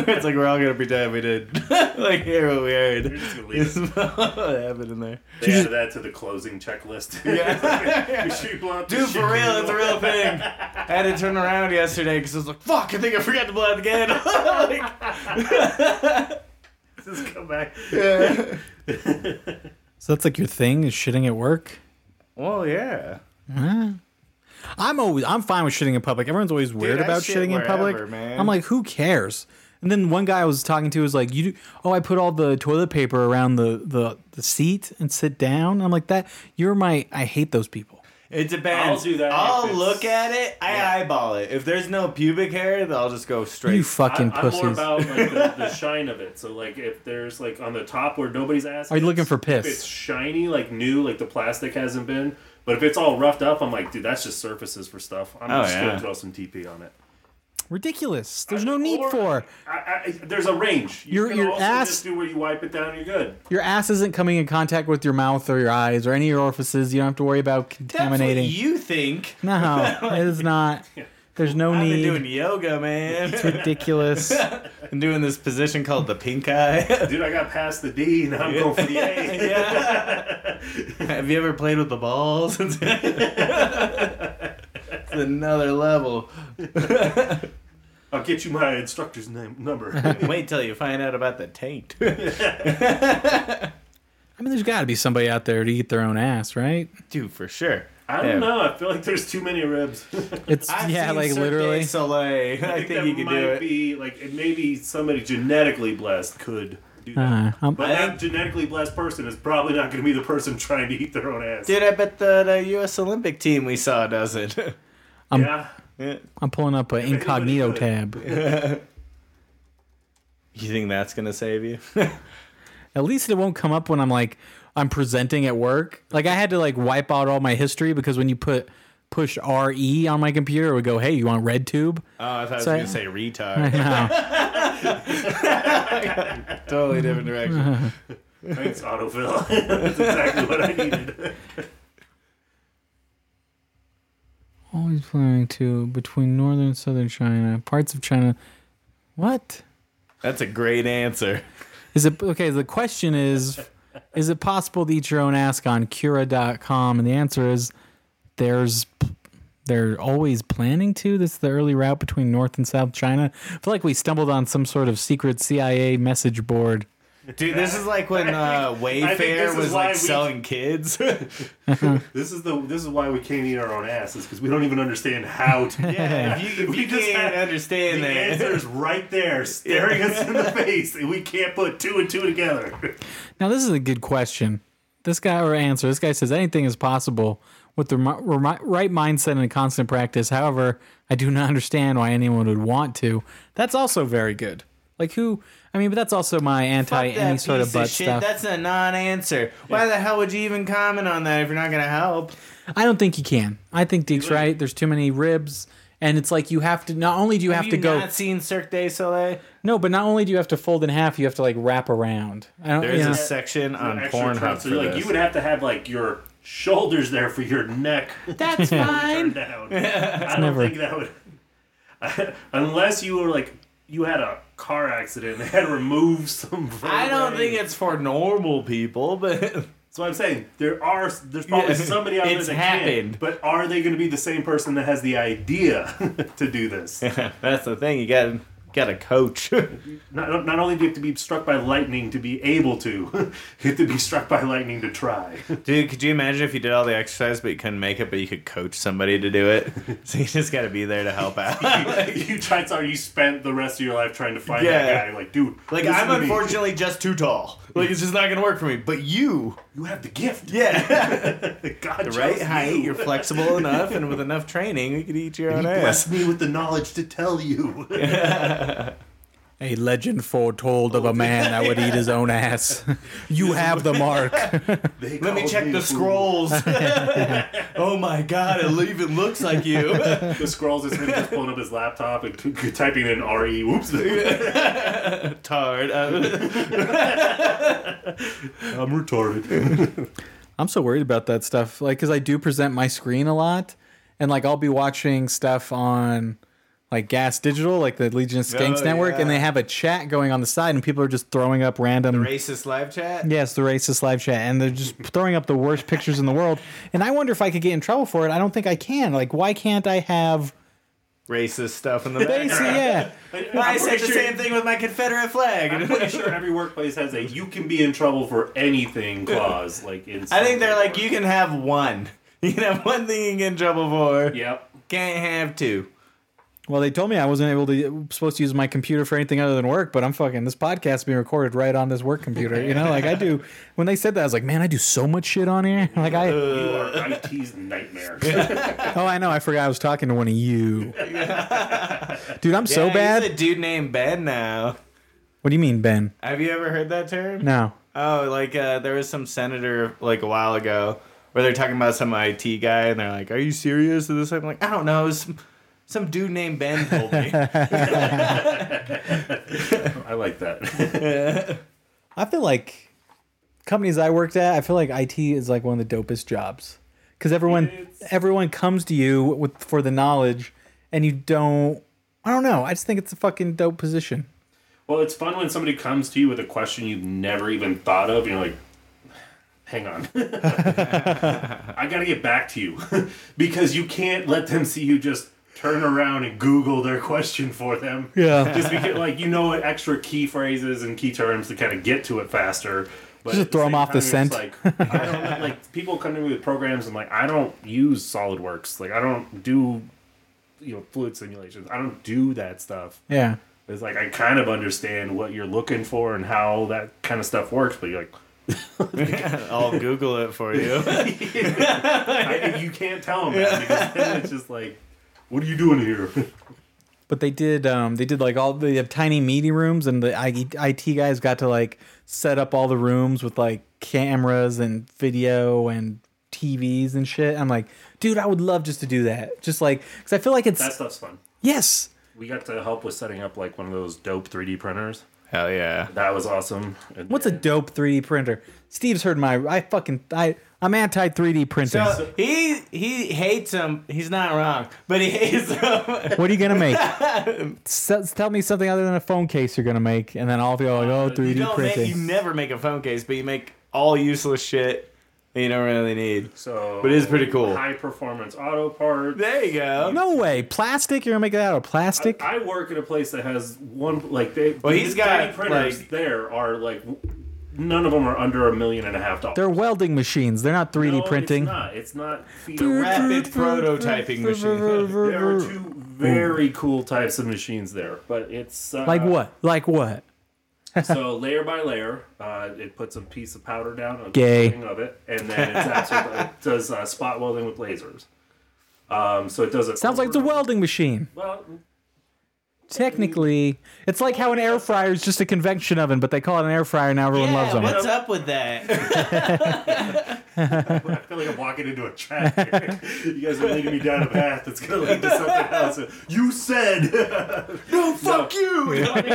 A: it's like we're all gonna pretend we did, [laughs] like, hear what we heard.
C: Just gonna
A: It's
C: leave it.
A: [laughs] what happened in there,
C: They added that to the closing checklist. [laughs]
A: Yeah.
C: Shoot blow up the
A: dude. For
C: shit.
A: real, it's a real thing. I had to turn around yesterday because I was like, "Fuck, I think I forgot to blow out the candle." [laughs] like,
C: Just [laughs] come back.
B: So that's like your thing is shitting at work.
A: well, yeah.
B: I'm always I'm fine with shitting in public. Everyone's always weird
A: I
B: about
A: shit
B: shitting in public.
A: wherever, man.
B: I'm like, who cares? And then one guy I was talking to was like, "You, do, oh, I put all the toilet paper around the, the the seat and sit down." I'm like, "That you're my I hate those people."
A: It depends.
C: I'll do that if
A: I'll
C: it's-
A: look at it. I eyeball it. If there's no pubic hair, then I'll just go straight.
B: You fucking
C: I'm, I'm
B: pussies.
C: more about like the, the
B: [laughs]
C: shine of it. So like if there's like on the top where nobody's ass.
B: Are you looking
C: hits,
B: for piss?
C: If it's shiny, like new, like the plastic hasn't been. But if it's all roughed up, I'm like, dude, that's just surfaces for stuff. I'm
A: Oh,
C: just
A: yeah.
C: gonna throw some TP on it.
B: Ridiculous. There's no need
C: Or-
B: for
C: I, I, there's a range. You
B: Your-
C: can
B: your
C: also
B: ass-
C: Just do where you wipe it down, you're good.
B: your ass isn't coming in contact with your mouth or your eyes or any of your orifices. You don't have to worry about
A: That's what
B: contaminating.
A: you think? [laughs]
B: no, it is not. There's no
A: I've been
B: need.
A: doing yoga, man. [laughs]
B: Ridiculous.
A: I'm doing this position called the pink eye.
C: Dude, I got past the D, now I'm going for the A.
A: [laughs]
B: [laughs]
A: Have you ever played with the balls? [laughs] it's another level.
C: I've get you my instructor's name
B: [laughs]
C: number.
A: Wait till you find out about the taint. [laughs]
B: I mean, there's got to be somebody out there to eat their own ass, right?
A: Dude, for sure.
C: I
A: Yeah.
C: don't know. I feel like there's too many ribs. [laughs]
B: It's
A: I've
B: yeah,
A: seen
B: like
A: Cirque
B: literally.
A: du Soleil. I, think,
C: that
A: you can
C: might
A: do it.
C: be like and maybe somebody genetically blessed could do that.
B: Uh, I'm-
C: but
A: I
C: that
A: think-
C: genetically blessed person is probably not going to be the person [laughs] trying to eat their own ass.
A: Dude, I bet the, the U.S. Olympic team we saw does it. [laughs]
C: yeah.
B: I'm pulling up an incognito
C: anybody
B: tab.
A: you think that's gonna save [laughs] you?
B: At least it won't come up when I'm like I'm presenting at work. Like I had to like wipe out all my history because when you put push R E on my computer, it would go, "Hey, you want RedTube?"
A: Oh, I thought I was
B: Sorry.
A: gonna say retard. [laughs] totally different
B: [laughs]
A: direction.
C: Thanks, autofill. [laughs] That's exactly what I needed.
B: Always planning to between northern and southern China, parts of China. What
A: That's a great answer.
B: is it? Okay, the question is, is it possible to eat your own ass on Cura.com? And the answer is, there's. They're always planning to. This is the early route between North and South China. I feel like we stumbled on some sort of secret CIA message board.
A: Dude, this is like [laughs] when uh,
C: this
A: Wayfair
C: is
A: was
C: why
A: like
C: we-
A: selling kids. [laughs]
C: This is the this is why we can't eat our own asses because we don't even understand how
A: [laughs]
C: to.
A: yeah, if you, if
C: [laughs] We
A: you
C: just
A: can't
C: had-
A: understand
C: The
A: that.
C: answer is
A: [laughs]
C: right there, staring us in the face, and we can't put two and two together.
B: Now, this is a good question. This guy or answer. This guy says anything is possible with the remi- remi- right mindset and constant practice. However, I do not understand why anyone would want to. That's also very good. Like who? I mean, but that's also my anti
A: Fuck that
B: any sort of
A: piece
B: butt
A: shit.
B: stuff.
A: That's a non-answer. Why the hell would you even comment on that if you're not gonna help?
B: I don't think you can. I think Deke's right. There's too many ribs, and it's like you have to. Not only do you
A: Have
B: have,
A: you
B: to go.
A: not seen Cirque du Soleil?
B: no, but not only do you have to fold in half, you have to like wrap around. I don't.
A: There's
B: you know.
A: a section on
C: Extra
A: Pornhub
C: trunks,
A: for
C: so like
A: this.
C: you would have to have like your shoulders there for your neck [laughs]
B: that's
C: turned
A: [laughs]
B: fine.
C: down. I don't
B: never-
C: think that would. [laughs] unless you were like you had a car accident and had to remove some.
A: [laughs] I don't
C: vertebrae.
A: think it's for normal people, but
C: So I'm saying there are there's probably
A: Yeah,
C: somebody out there
A: it's
C: that
A: happened.
C: can, but are they going to be the same person that has the idea [laughs] to do
A: [laughs]
C: this?
A: [laughs] that's the thing. You got got a [laughs] coach.
C: Not, not only do you have to be struck by lightning to be able to, [laughs] you have to be struck by lightning to try.
A: Dude, could you imagine if you did all the exercise but you couldn't make it, but you could coach somebody to do it? [laughs] So you just got to be there to help [laughs] out.
C: [laughs] you tried so you spent the rest of your life trying to find
A: Yeah.
C: that guy. Like, dude,
A: Like
C: listen to
A: I'm
C: me.
A: unfortunately just too tall. Like it's just not gonna work for me. But you,
C: You have the gift.
A: [laughs] yeah,
C: God,
A: right
C: chose
A: height.
C: you.
A: You're flexible enough, and with enough training, you could eat your own ass.
C: Bless me with the knowledge to tell you.
B: A legend foretold of a man that would eat his own ass. [laughs] You have the mark.
C: [laughs] They
A: Let me
C: called
A: check
C: a
A: the [laughs]
C: fool.
A: scrolls. oh my god, it even looks like you. [laughs]
C: The scrolls is him just pulling up his laptop and t- typing in
A: [laughs]
C: re. Whoops.
A: Tard. Uh,
C: I'm retarded.
B: I'm so worried about that stuff. Like, because I do present my screen a lot, and like I'll be watching stuff on like Gas Digital, like the Legion of Skanks
A: Oh,
B: network,
A: yeah.
B: and they have a chat going on the side, and people are just throwing up random.
A: Racist live chat.
B: Yes, the racist live chat, and
A: [laughs]
B: they're just throwing up the worst pictures in the world. And I wonder if I could get in trouble for it. I don't think I can. Like, why can't
A: [laughs]
B: I have?
A: Racist stuff in the back.
B: Basically, yeah.
A: I
C: I'm
A: said
C: pretty
A: the
C: sure-
A: same thing with my Confederate flag. [laughs]
C: I'm pretty sure every workplace has a "you can be in trouble for anything" clause. Like, in
A: I think they're like, you can have one. [laughs] You can have one thing you can get in trouble for.
C: Yep.
A: Can't have two.
B: Well, they told me I wasn't able to supposed to use my computer for anything other than work, but I'm fucking this podcast being recorded right on this work computer. You know, like I do. When they said that, I was like, man, I do so much shit on here. Like I,
A: Uh,
C: You
A: [laughs]
C: are IT's nightmare.
B: oh, I know, I forgot I was talking to one of you, dude. I'm so
A: Yeah, He's a
B: bad.
A: dude named Ben now.
B: What do you mean, Ben?
A: Have you ever heard that term?
B: No,
A: Oh, like uh, there was some senator like a while ago where they're talking about some IT guy and they're like, "Are you serious?" And this, I'm like, "I don't know." Some, some dude named
B: [laughs]
A: Ben told me.
C: [laughs] I like that.
B: I feel like companies I worked at, I feel like IT is like one of the dopest jobs because everyone everyone comes to you with for the knowledge, and you don't. I don't know. I just think it's a fucking dope position.
C: Well, it's fun when somebody comes to you with a question you've never even thought of, and you're like, "Hang on, [laughs] I gotta get back to you," because you can't let them see you just turn around and Google their question for them.
B: Yeah.
C: [laughs] Just because, like, you know, extra key phrases and key terms to kind of get to it faster. But
B: Just
C: at
B: throw 'em
C: same
B: off the
C: time,
B: scent.
C: you're just Like, I don't, like, people come to me with programs and, like, I don't use SolidWorks. Like, I don't do, you know, fluid simulations. I don't do that stuff.
B: Yeah.
C: It's like I kind of understand what you're looking for and how that kind of stuff works, but you're like,
A: I'll Google it for
B: [laughs]
A: you.
C: I, you can't tell them that because then it's just like, what are you doing here?
B: But they did. Um, they did like all they have tiny meeting rooms, and the I- IT guys got to like set up all the rooms with like cameras and video and TVs and shit. I'm like, dude, I would love just to do that. Just like, because I feel like it's
C: that stuff's fun.
B: yes,
C: We got to help with setting up like one of those dope 3D printers.
A: Hell yeah.
C: That was awesome. And
B: What's a dope 3D printer? Steve's heard my I fucking I I'm anti 3D printing.
A: So he he hates him. He's not wrong, but he hates him. [laughs]
B: what are you gonna make? S- tell me something other than a phone case you're gonna make, and then I'll be like, oh, 3D
A: You don't make,
B: printing.
A: you never make a phone case, but you make all useless shit that you don't really need.
C: So,
A: But it is pretty cool.
C: High performance auto parts.
A: There you go.
B: no way, plastic. You're gonna make that out of plastic?
C: I work at a place that has one like they.
A: Well, he's
C: the 3D
A: got,
C: printers.
A: like-
C: there are like none of them are under a million and a half dollars.
B: They're welding machines. They're not 3D
C: No,
B: printing.
C: It's not. It's not feet
A: Rapid prototyping machine. [laughs]
C: There were two very cool types of machines there, but it's uh,
B: Like what? Like what?
C: so layer by layer, uh, it puts a piece of powder down on
B: Gay.
C: the coating of it, and then it's absolutely, it does uh, spot welding with lasers. Um, so it does it.
B: Sounds like it's a welding machine.
C: Well,
B: Technically, it's like how an air fryer is just a convection oven, but they call it an air fryer. Now everyone
A: Yeah,
B: loves them.
A: what's up with [laughs] that?
C: I feel like I'm walking into a trap. Here. [laughs] you guys are leading me down a path that's going to lead to something else. You said. [laughs] no,
B: [laughs]
C: fuck you. know, I mean,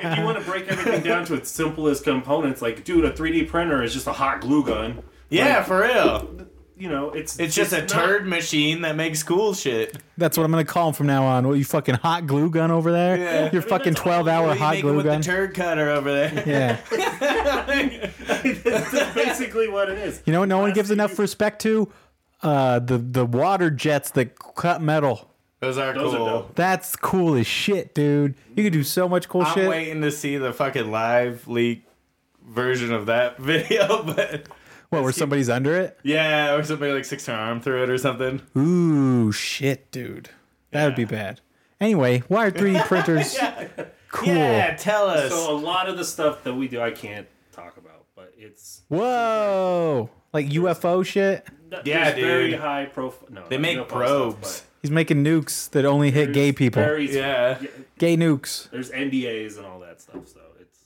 C: if you want to break everything down to its simplest components, like dude, a 3D printer is just a hot glue gun.
A: Yeah, for real.
C: You know, it's
A: It's just a
C: not-
A: turd machine that makes cool shit.
B: That's what I'm gonna call them from now on. What you fucking hot glue gun over there?
A: Yeah.
B: Your fucking
C: that's
B: 12 hour
A: What are
B: hot
A: you making
B: glue
A: with
B: gun.
A: the turd cutter over there?
B: [laughs] yeah.
C: [laughs] That's basically what it is.
B: You know, what no one gives enough respect to uh, the the water jets that cut metal.
A: Those are
C: Those are
A: cool.
C: dope.
B: That's cool as shit, dude. You could do so much cool
A: I'm
B: shit.
A: waiting to see the fucking live leak version of that [laughs] video, but
B: What, where somebody's under it?
A: yeah, or somebody like sticks their arm through it or something.
B: Ooh, shit, dude. That would be bad. Anyway, why are 3D printers cool?
A: Yeah, tell us.
C: So a lot of the stuff that we do, I can't talk about, but it's
B: Whoa. Like UFO shit?
A: Yeah,
C: there's Very
A: dude.
C: high profile. No,
A: they
C: not
A: make
C: no profile
A: probes.
C: stuff,
B: He's making nukes that only
C: but
B: hit gay
C: there's
B: people.
C: very-
A: Yeah.
B: Gay nukes.
C: there's NDAs and all that stuff, so it's.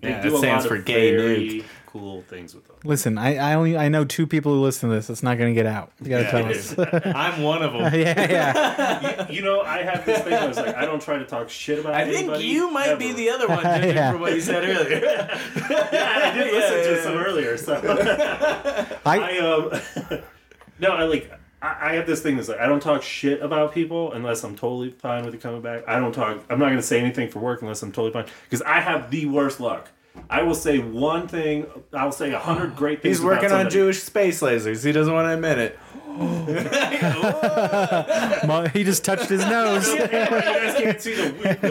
C: They
A: Yeah,
C: do
A: that
C: a
A: stands
C: lot
A: for
C: of
A: gay
C: very
A: nude.
C: cool things with them.
B: Listen, I, I only I know two people who listen to this. It's not gonna get out. You gotta tell
C: it
B: us.
A: I'm one of them.
B: [laughs] yeah, yeah.
C: [laughs] You know, I have this thing. I was like, I don't try to talk shit about.
A: I think
C: anybody,
A: you might be
C: ever.
A: the other
B: [laughs]
A: one judging
B: Yeah.
A: from what you said earlier.
C: I did listen
A: Yeah,
C: to
A: yeah,
C: some
A: yeah.
C: earlier, so
A: [laughs]
C: I um. [laughs] no, I like. I I have this thing that's like I don't talk shit about people unless I'm totally fine with it coming back. I don't talk. I'm not going to say anything for work unless I'm totally fine because I have the worst luck. I will say one thing. I'll say a hundred great things.
A: He's working
C: about
A: on
C: somebody.
A: Jewish space lasers. He doesn't want to admit it.
B: Mo- he just touched his
C: [laughs]
B: nose.
C: you guys can't see the wink-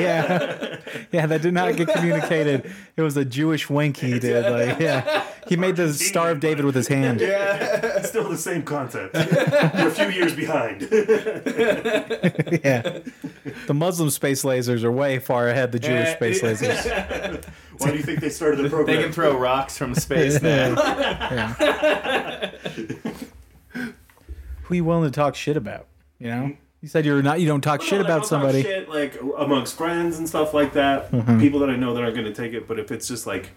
B: yeah, yeah, that did not get communicated. It was a Jewish wink he did. Like, yeah, he made the Star of David with his hand.
C: It's still the same concept. You're a few years behind.
B: Yeah, the Muslim space lasers are way far ahead the Jewish
A: Yeah.
B: space lasers.
A: [laughs]
C: Why do you think they started the program?
A: They can throw rocks from
B: [laughs]
A: space now.
B: Who you willing to talk shit about? You know, Mm-hmm. you said you're not. You don't talk shit
C: Well, like,
B: about
C: I'll talk
B: somebody.
C: shit, like amongst friends and stuff like that. People that I know that aren't going to take it. But if it's just like,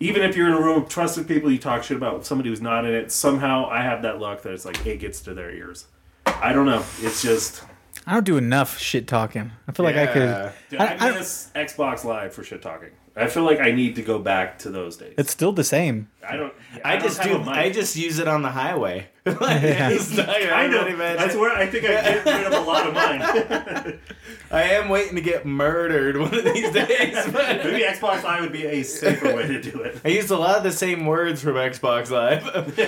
C: even if you're in a room of trusted people, you talk shit about somebody who's not in it. Somehow I have that luck that it's like it gets to their ears. I don't know. It's just
B: I don't do enough shit talking. I feel like I
A: Yeah.
B: could.
C: dude, I,
B: I, I,
C: miss Xbox Live for shit talking. I feel like I need to go back to those days.
B: it's still the same.
C: I don't.
A: I
C: don't
A: just
C: have
A: do.
C: a mic.
A: I just use it on the highway. [laughs] Like, it's not-
C: [laughs] I
A: I'm
C: know.
A: not even-
C: That's where I think I get rid of a lot of mine.
A: I am waiting to get murdered one of these days. [laughs] but-
C: Maybe Xbox Live would be a safer way to do it.
A: I used a lot of the same words from Xbox Live.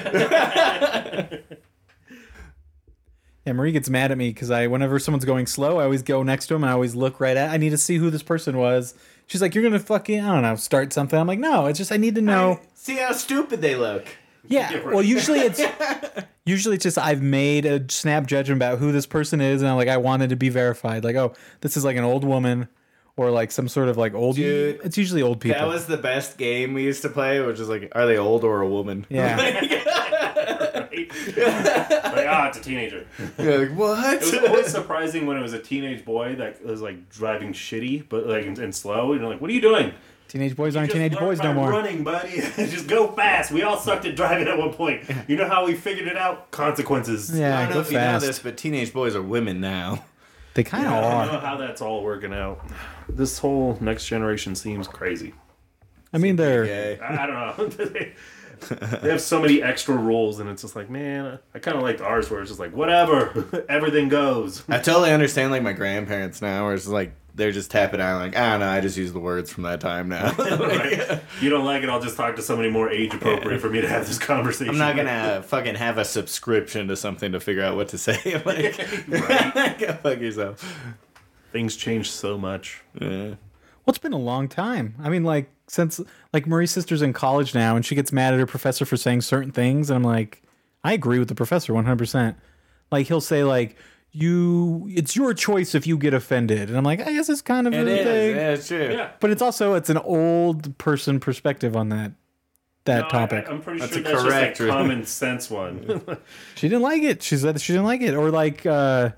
B: And Marie gets mad at me because I, whenever someone's going slow, I always go next to him and I always look right at. I need to see who this person was. She's like, "You're gonna fucking, I don't know, start something." I'm like, "No, it's just I need to know."
A: [laughs] See how stupid they look.
B: Yeah. Well, usually it's usually it's just I've made a snap judgment about who this person is, and I'm like, I wanted to be verified. Like, oh, this is like an old woman or like some sort of like old.
A: Dude,
B: it's usually old people.
A: That was the best game we used to play, which is like, are they old or a woman?
B: yeah.
C: like, ah, it's a teenager.
A: You're [laughs] like,
C: It
B: [laughs]
C: was always
A: what?
C: surprising when it was a teenage boy that was like driving shitty, but like and, and slow. And you're like, what are you doing?
B: teenage boys aren't
C: Just
B: teenage
C: learn
B: boys
C: by
B: no more.
C: Running, buddy. [laughs] Just go fast. We all sucked at driving at one point. You know how we figured it out? Consequences.
A: I
B: Yeah,
A: don't know
B: go
A: if you know
B: fast.
A: this, but teenage boys are women now.
B: They kind of
C: I don't
B: are.
C: know how that's all working out. This whole next generation seems crazy.
B: I mean, they're.
A: Okay.
C: I I don't know. [laughs] they have so many extra rules, and it's just like, man, I kind of liked ours where it's just like, whatever, [laughs] everything goes.
A: I totally understand like my grandparents now, where it's like they're just tapping out, like I don't know, I just use the words from that time now.
C: Right? You don't like it? I'll just talk to somebody more age appropriate for me to have this
A: [laughs]
C: conversation.
A: I'm not [laughs] gonna fucking have a subscription to something to figure out what to say. [laughs] like, go [laughs] fuck yourself.
C: Things change so much.
A: Yeah.
B: Well, it's been a long time. I mean, like since like Marie's sister's in college now, and she gets mad at her professor for saying certain things, and I'm like, I agree with the professor 100. percent Like he'll say like you, it's your choice if you get offended, and I'm like, I guess it's kind of
A: It
B: a
A: is.
B: thing,
A: Yeah, it's true.
C: Yeah.
B: but it's also it's an old person perspective on that that topic.
C: I, am pretty
A: That's
C: sure
A: a
C: that's
A: correct-
C: just a common
A: [laughs]
C: sense one.
B: She didn't like it. She said she didn't like it. Or like uh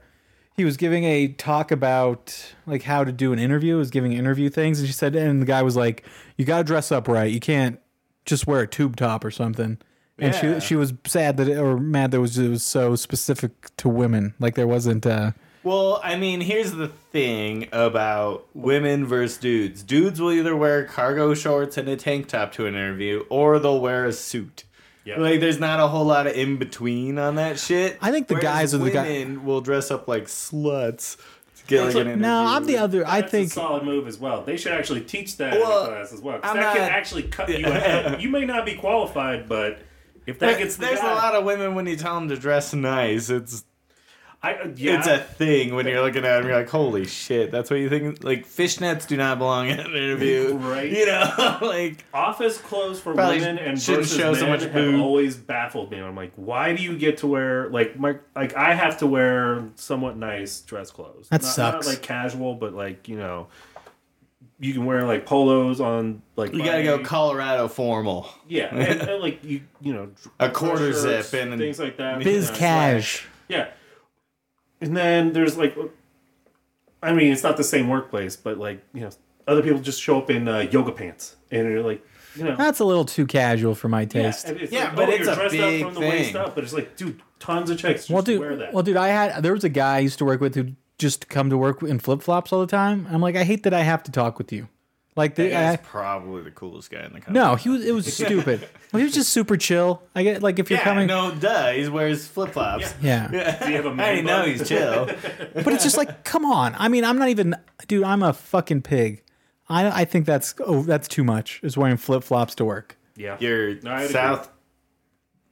B: he was giving a talk about like how to do an interview, he was giving interview things, and she said and the guy was like, You gotta dress up right. You can't just wear a tube top or something. And
A: Yeah.
B: she she was sad that it, or mad that it was it was so specific to women. Like there wasn't uh
A: Well, I mean, here's the thing about women versus dudes. Dudes will either wear cargo shorts and a tank top to an interview, or they'll wear a suit.
C: Yeah.
A: Like, there's not a whole lot of in between on that shit.
B: I think the
A: Whereas
B: guys are the guy-
A: women will dress up like sluts to get like an interview.
B: No, I'm the other I
C: That's
B: think
C: a solid move as well. They should actually teach that
A: Well,
C: in the class as well. 'cause
A: I'm
C: That can
A: not-
C: actually cut you ahead. You may not be qualified, but if that gets the
A: There's
C: guy,
A: a lot of women when you tell them to dress nice. It's
C: I, uh, yeah,
A: it's a thing when you're looking at them. You're like, holy shit, that's what you think. Like fishnets do not belong in an interview,
C: Right.
A: You know, [laughs] like
C: office clothes for
A: Probably
C: women and
A: shouldn't
C: versus
A: show
C: men
A: so much
C: have
A: boob.
C: always baffled me. I'm like, why do you get to wear like my like I have to wear somewhat nice dress clothes.
B: That
C: not,
B: sucks.
C: Not like casual, but like you know, you can wear like polos on like
A: you gotta go
C: my-
A: Colorado formal.
C: yeah, and, and, like you you know
A: A quarter
C: shirts,
A: zip and
C: things like that.
B: biz
C: Yeah.
B: cash.
C: Yeah. And then there's like, I mean, it's not the same workplace, but like, you know, other people just show up in uh, yoga pants and you're like, you know.
B: That's a little too casual for my taste.
C: and
A: Yeah,
C: like,
A: but
C: oh,
A: it's
C: you're
A: a
C: dressed
A: big
C: up from the waist
A: thing.
C: up, but it's like, dude, tons of chicks just
B: well, dude,
C: wear that.
B: well, dude, I had there was a guy I used to work with who just come to work in flip flops all the time. I'm like, I hate that I have to talk with you. Like the
A: That guy's
B: I-
A: probably the coolest guy in the country.
B: no, he was
A: [laughs]
B: it was stupid. Well, he was just super chill. I get like if you're
A: yeah,
B: coming,
A: no, duh. He wears flip flops.
B: yeah.
C: Do you have a man
A: [laughs] I already know
C: bun?
A: he's [laughs] chill.
B: But it's just like, come on. I mean, I'm not even, dude. I'm a fucking pig. I I think that's oh that's too much. Is wearing flip flops to work.
C: Yeah.
A: [laughs] Your
C: No, I'd agree.
A: South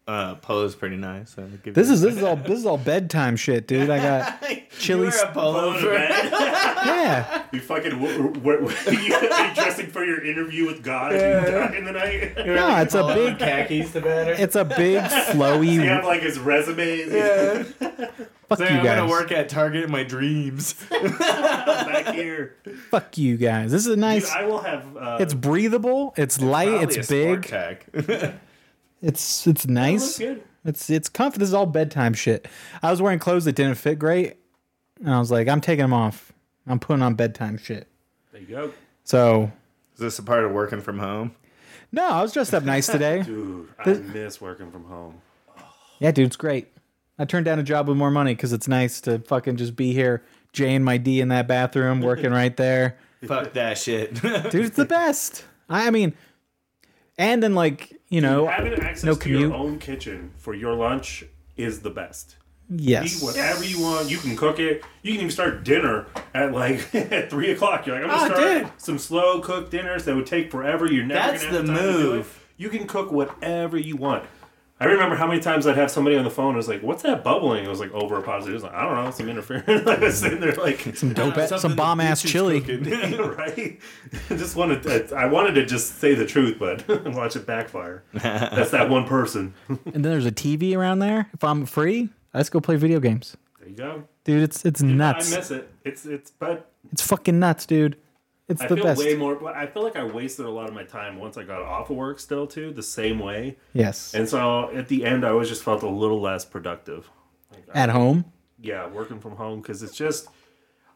A: uh, pose pretty nice. I'll give
B: This
A: you-
B: is this is all this is all bedtime shit, dude. I
A: [laughs]
B: got
A: You
B: chili.
A: wear a polo
C: Polo
A: shirt.
C: to [laughs] bed.
B: yeah,
C: You fucking w- w- w- you, are dressing for your interview with God and you die in the night.
B: no, it's a
A: Polo and
B: big,
A: khakis to bed.
B: it's
A: [laughs]
B: a big flowy.
C: You have like his resume.
A: Yeah.
B: Fuck
A: Say,
B: you
A: I'm
B: guys.
A: gonna work at Target in my dreams. [laughs]
C: back here.
B: Fuck you guys. This is a [laughs]
C: Dude,
B: nice.
C: I will have. Uh,
B: It's breathable. It's, light.
A: Probably a
B: It's
A: sport
B: big.
A: tech.
B: It's it's
C: it looks
B: nice.
C: good.
B: It's it's comfy. This is all bedtime shit. I was wearing clothes that didn't fit great, and I was like, I'm taking them off. I'm putting on bedtime shit.
C: There you go.
B: So
A: Is this a part of working from home?
B: no, I was dressed up
A: [laughs]
B: nice today.
C: Dude, I miss working from home.
B: yeah, dude, it's great. I turned down a job with more money because it's nice to fucking just be here, J and my D in that bathroom, working right there.
A: Fuck that
B: [laughs]
A: shit. [laughs]
B: Dude, it's the best. I, I mean, and then like you know,
C: Having access
B: no
C: to
B: commute.
C: your own kitchen for your lunch is the best. Eat
B: yes,
C: whatever you want. You can cook it. You can even start dinner at like [laughs] at three o'clock. You're like, I'm gonna
A: Oh,
C: start
A: dude.
C: some slow cooked dinners that would take forever. You're never.
A: That's
C: gonna have
A: the
C: time to do it.
A: move.
C: You can cook whatever you want. I remember how many times I'd have somebody on the phone. I was like, "What's that bubbling?" I was like, "Over a positive." I was like, "I don't know, some interference." [laughs] I was sitting there like,
B: Some
C: [laughs]
B: dope, ass some
A: Something
B: bomb
A: the
B: ass
A: bitch is
B: chili.
A: cooking.
C: right? [laughs] I just wanted, to, I wanted to just say the truth, but [laughs] watch it
B: [laughs]
C: backfire. That's that one person. [laughs] there
B: And then there's a TV around there. If I'm free, let's go play video games,
C: you go.
B: dude. It's it's
C: I
B: nuts.
C: miss it. It's it's, but
B: It's fucking nuts, dude. It's
C: I
B: the
C: feel
B: best.
C: way more. I feel like I wasted a lot of my time once I got off of work. Still, too, the same way.
B: yes,
C: And so at the end, I always just felt a little less productive.
B: at home.
C: yeah, working from home because it's just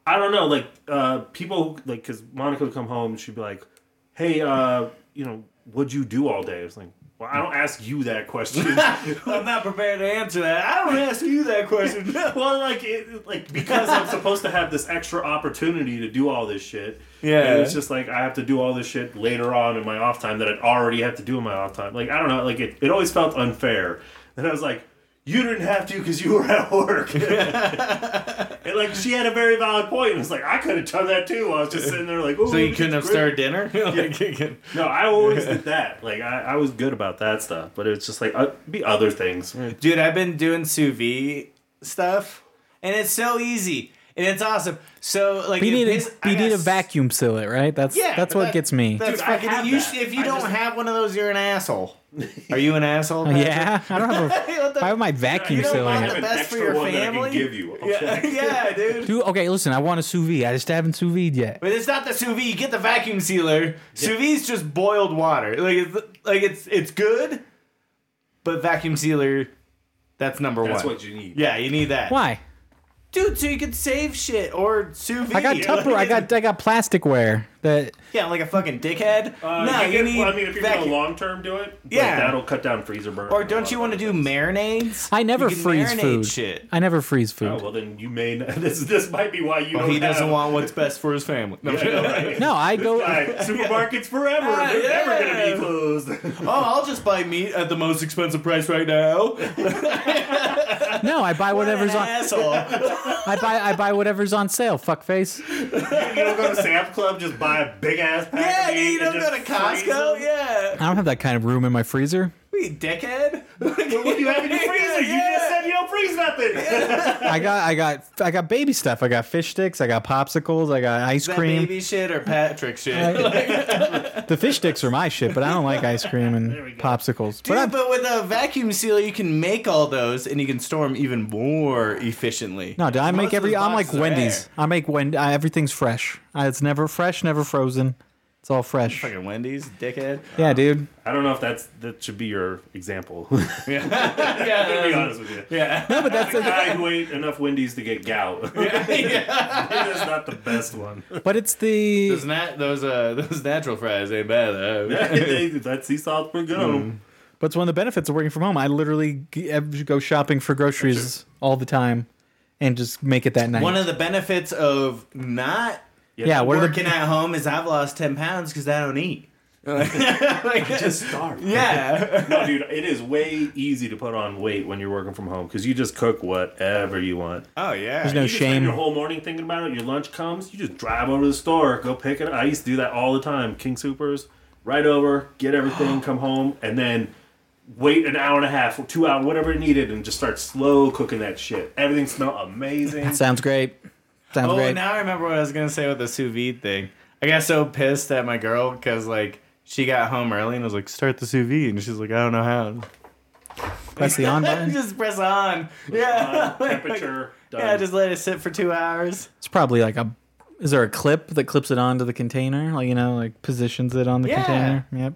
C: I don't know, like uh, people like because Monica would come home and she'd be like, "Hey, uh, you know, what'd you do all day?" It's like, well, I don't ask you
B: [laughs]
C: that question.
A: I'm not prepared to answer that. I don't ask you that [laughs] question.
C: well, like, it, like because I'm supposed to have this extra opportunity to do all this shit.
A: Yeah.
C: and it's just like I have to do all this shit later on in my off time that I already have to do in my off time. Like I don't know, like it, it always felt unfair. And I was like, you didn't have to because you were
A: [laughs]
C: at work. [laughs] and like she had a very valid point. It was like I could have done that too. I was just sitting there like,
A: [laughs]
C: oh,
A: so you couldn't have started [laughs] dinner? Like,
C: No, I
A: [laughs]
C: always did that. Like I, I was good about that stuff, but it's just like uh, be other things.
A: Dude, I've been doing sous vide stuff, and it's so easy and it's awesome. So like,
B: We
A: if
B: need
A: his-
B: a,
A: I
B: we
A: got
B: need a
A: s-
B: vacuum seal it, right? That's
A: Yeah,
B: that's
A: but
B: what
A: that-
B: gets me.
A: That's
C: Dude, I
A: fucking.
C: have
A: you,
C: that.
A: sh- If you
C: I
A: don't
C: just-
A: have one of those, you're an
C: [laughs]
A: asshole. Are you an asshole? Patrick?
B: [laughs] yeah, I don't have
A: What
B: a.
A: the-
B: I have [laughs] my vacuum
A: You don't
B: seal
A: mind
B: in
A: the
B: it.
A: best
C: extra
A: for your
C: one that I can
A: family?
C: give you. I'll
A: Yeah, [laughs]
C: check.
A: yeah, dude.
B: Dude, okay, listen, I want a sous vide. I just haven't sous vide yet.
A: But it's not the sous vide. Get the vacuum sealer. Sous vide's just boiled water. Like it's like it's it's good, but vacuum sealer, that's number
C: [laughs] That's
A: one.
C: what you need.
A: yeah, you need that.
B: Why?
A: dude? So you can save shit or sous vide.
B: I got
A: [laughs]
B: Tupperware. I got I got plasticware. That
A: Yeah, like a fucking dickhead.
C: Uh,
A: no,
C: you
A: you,
C: get-
A: need
C: well, I mean, if you're
A: vacuum.
C: gonna long term do it, like,
A: Yeah.
C: that'll cut down freezer
A: or
C: burn. and a lot
A: don't you
C: of
A: want to
C: other
A: do
C: things.
A: marinades?
B: I never
A: You can
B: freeze
A: marinate
B: food.
A: Shit.
B: I never freeze food.
C: Oh, well, then you may. Not, [laughs] this this might be why you.
A: Well,
C: don't
A: he doesn't
C: have- [laughs]
A: want what's best for his family. No, [laughs]
C: I know, right?
B: No, I go.
C: Right, Supermarkets forever.
A: Ah,
C: They're never
A: yeah.
C: gonna be
A: [laughs]
C: closed. [laughs]
A: oh, I'll just buy meat at the most expensive price right now.
B: No, I buy [laughs] whatever's
A: An
B: on.
A: asshole.
B: I buy I buy whatever's on sale. Fuckface.
C: you don't go to Sam's Club, just buy a big ass pack.
A: yeah,
C: of meat
A: you don't
C: and
A: go to
C: just freeze
A: Costco.
C: them.
A: Yeah,
B: I don't have that kind of room in my freezer.
A: we dickhead.
C: What do
A: [laughs]
C: you have in your freezer? You just said you don't freeze nothing.
B: I got I got I got baby stuff. I got fish sticks. I got popsicles. I got ice
A: that
B: cream.
A: baby shit or Patrick shit.
B: The fish sticks are my shit, but I don't like ice cream and popsicles.
A: Dude,
B: but I'm,
A: but with a vacuum seal, you can make all those, and you can store them even more efficiently.
B: no, dude, I
A: Most
B: make
A: of
B: every.
A: those
B: I'm like
A: boxes are
B: Wendy's. I make Wendy. Everything's fresh. I, it's never fresh, never frozen. It's all fresh.
A: there. Fucking Wendy's, dickhead.
B: Yeah, dude.
C: [laughs] I don't know if that's that should be your example. [laughs] to be
A: Yeah,
C: honest with you.
A: Um, yeah.
B: No, but that's
C: The guy who ate enough Wendy's to get gout. [laughs] that's not the best one.
B: but it's the
A: Those nat- those uh those natural fries ain't bad though.
C: that sea salt were good.
B: but it's one of the benefits of working from home. I literally g- go shopping for groceries all the time, and just make it that
A: [laughs]
B: night.
A: One of the benefits of not
B: yeah, what are
A: working
B: the
A: at home is I've lost ten pounds because I don't
C: [laughs]
A: eat. like,
C: Just starve.
A: yeah.
C: No, dude, it is way easy to put on weight when you're working from home because you just cook whatever you want.
A: Oh yeah.
B: there's no
C: you just spend Your
B: shame.
C: whole morning thinking about it. Your lunch comes, you just drive over to the store, go pick it. up. I used to do that all the time. King Supers, right over,
A: [gasps]
C: get everything, come home, and then wait an hour and a half, two hour, whatever it needed, and just start slow cooking that shit. Everything smelled amazing.
B: Sounds great. Sounds
A: Oh,
B: great.
A: now I remember what I was gonna say with the sous vide thing. I got so pissed at my girl because like she got home early and was like, "Start the sous vide," and she's like, "I don't know how."
B: Press
A: [laughs]
B: the on button.
A: just press on. Yeah. [laughs]
C: uh, Temperature. Done.
A: yeah. Just let it sit for two hours.
B: It's probably like a. Is there a clip that clips it onto the container? Like you know, like positions it on the
A: Yeah.
B: container. Yep.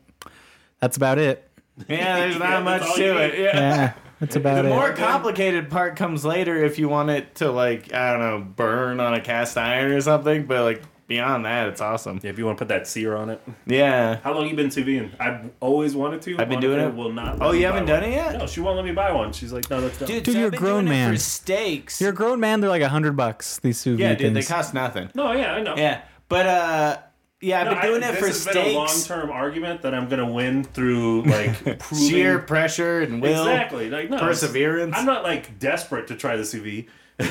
B: That's
A: [laughs]
B: about it.
A: Yeah.
C: [laughs]
A: There's not
C: Yeah, that's
A: much
C: all you
A: to it.
C: need.
A: Yeah.
B: Yeah, that's about
A: The
B: it.
A: more complicated part comes later if you want it to like I don't know burn on a cast iron or something. But like beyond that, it's awesome.
C: if you want to put that sear on it.
A: Yeah.
C: How long you been CVing? I've always wanted to.
A: I've been
C: Monica
A: doing it?
C: Will not.
A: Oh,
C: let me
A: you
C: buy
A: haven't
C: one.
A: done it yet?
C: No, she won't let me buy one. She's like, no, that's done.
B: Dude,
A: so
B: you're
A: I've been
B: a grown
A: doing it
B: man.
A: For steaks.
B: You're a grown man. They're like a hundred bucks. These sous vide
A: yeah, dude. They
B: things.
A: cost nothing.
C: No, yeah, I know.
A: Yeah, but uh, yeah, I've
C: No,
A: been doing
C: I,
A: it
C: this
A: for
C: has been a
A: stakes,
C: long-term argument that I'm gonna win
A: [laughs]
C: through like proving
A: sheer pressure and will.
C: exactly like no, it's-
A: perseverance.
C: I'm not like desperate to try the sous [laughs] vide.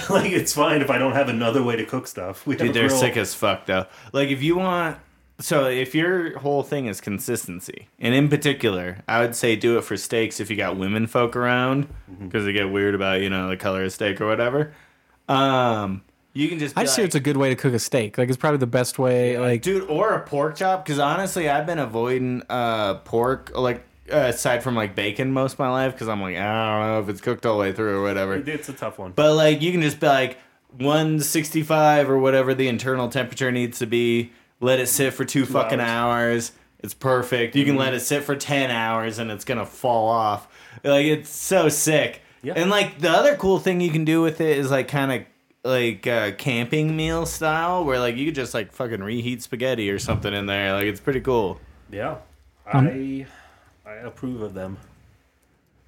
C: like it's fine if I don't have another way to cook stuff. We have
A: Dude,
C: a
A: they're
C: grill.
A: sick as fuck though. Like if you want so if your whole thing is consistency, and in particular, I would say do it for steaks if you got women folk around because they get weird about you know the color of steak or whatever. Um, you can just be
B: I just
A: like,
B: hear it's a good way to cook a steak. Like it's probably the best way. Like
A: dude or a pork chop because honestly i've been avoiding uh pork like uh, aside from like bacon most of my life because i'm like i don't know if it's cooked all the way through or whatever
C: It's a tough one.
A: but like you can just be like 165 or whatever the internal temperature needs to be let it sit for two, fucking hours. it's perfect you
C: Mm-hmm.
A: can let it sit for 10 hours and it's gonna fall off like it's so sick
C: Yeah.
A: and like the other cool thing you can do with it is like kind of like uh, camping meal style where like you could just like fucking reheat spaghetti or something in there like it's pretty cool
C: yeah, I I approve of them.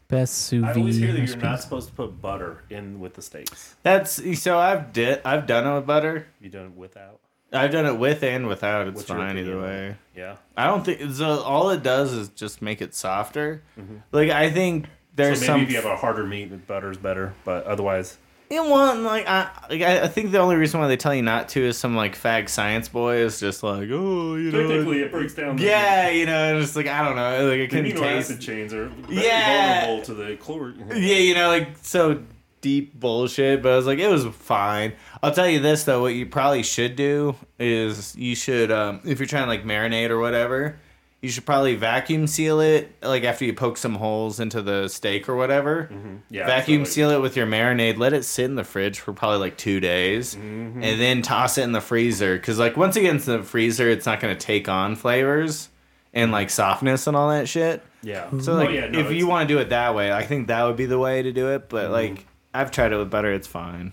B: best sous
C: I
B: vide.
C: always hear that you're
B: recipe.
C: not supposed to put butter in with the steaks.
A: that's so i've did i've done it with butter
C: You done it without.
A: i've done it with and without it's
C: What's your
A: fine either
C: opinion on
A: way
C: it? Yeah.
A: I don't think so. All it does is just make it softer. Like I think
C: Mm-hmm. So
A: there's
C: maybe
A: some.
C: if you have a harder meat, with butter's better. But otherwise,
A: you know, and, like I, like I, I think the only reason why they tell you not to is some like fag science boy is just like oh you know
C: technically, it breaks down.
A: yeah you know and it's like I don't know like it
C: The
A: can
C: amino acid
A: taste
C: chains are very
A: Yeah.
C: vulnerable to the chlorine.
A: yeah you know like so deep bullshit. But I was like it was fine. I'll tell you this though, what you probably should do is you should um, if you're trying to like marinate or whatever. You should probably vacuum seal it, like after you poke some holes into the steak or whatever.
C: Yeah,
A: vacuum
C: so, like,
A: seal it with your marinade let it sit in the fridge for probably like two days and then toss it in the freezer because like once it gets in the freezer it's not going to take on flavors and like softness and all that shit
C: Yeah.
A: so like
C: oh, yeah, no,
A: if
C: it's- Mm-hmm.
A: you want to do it that way i think that would be the way to do it but like i've tried it with butter it's fine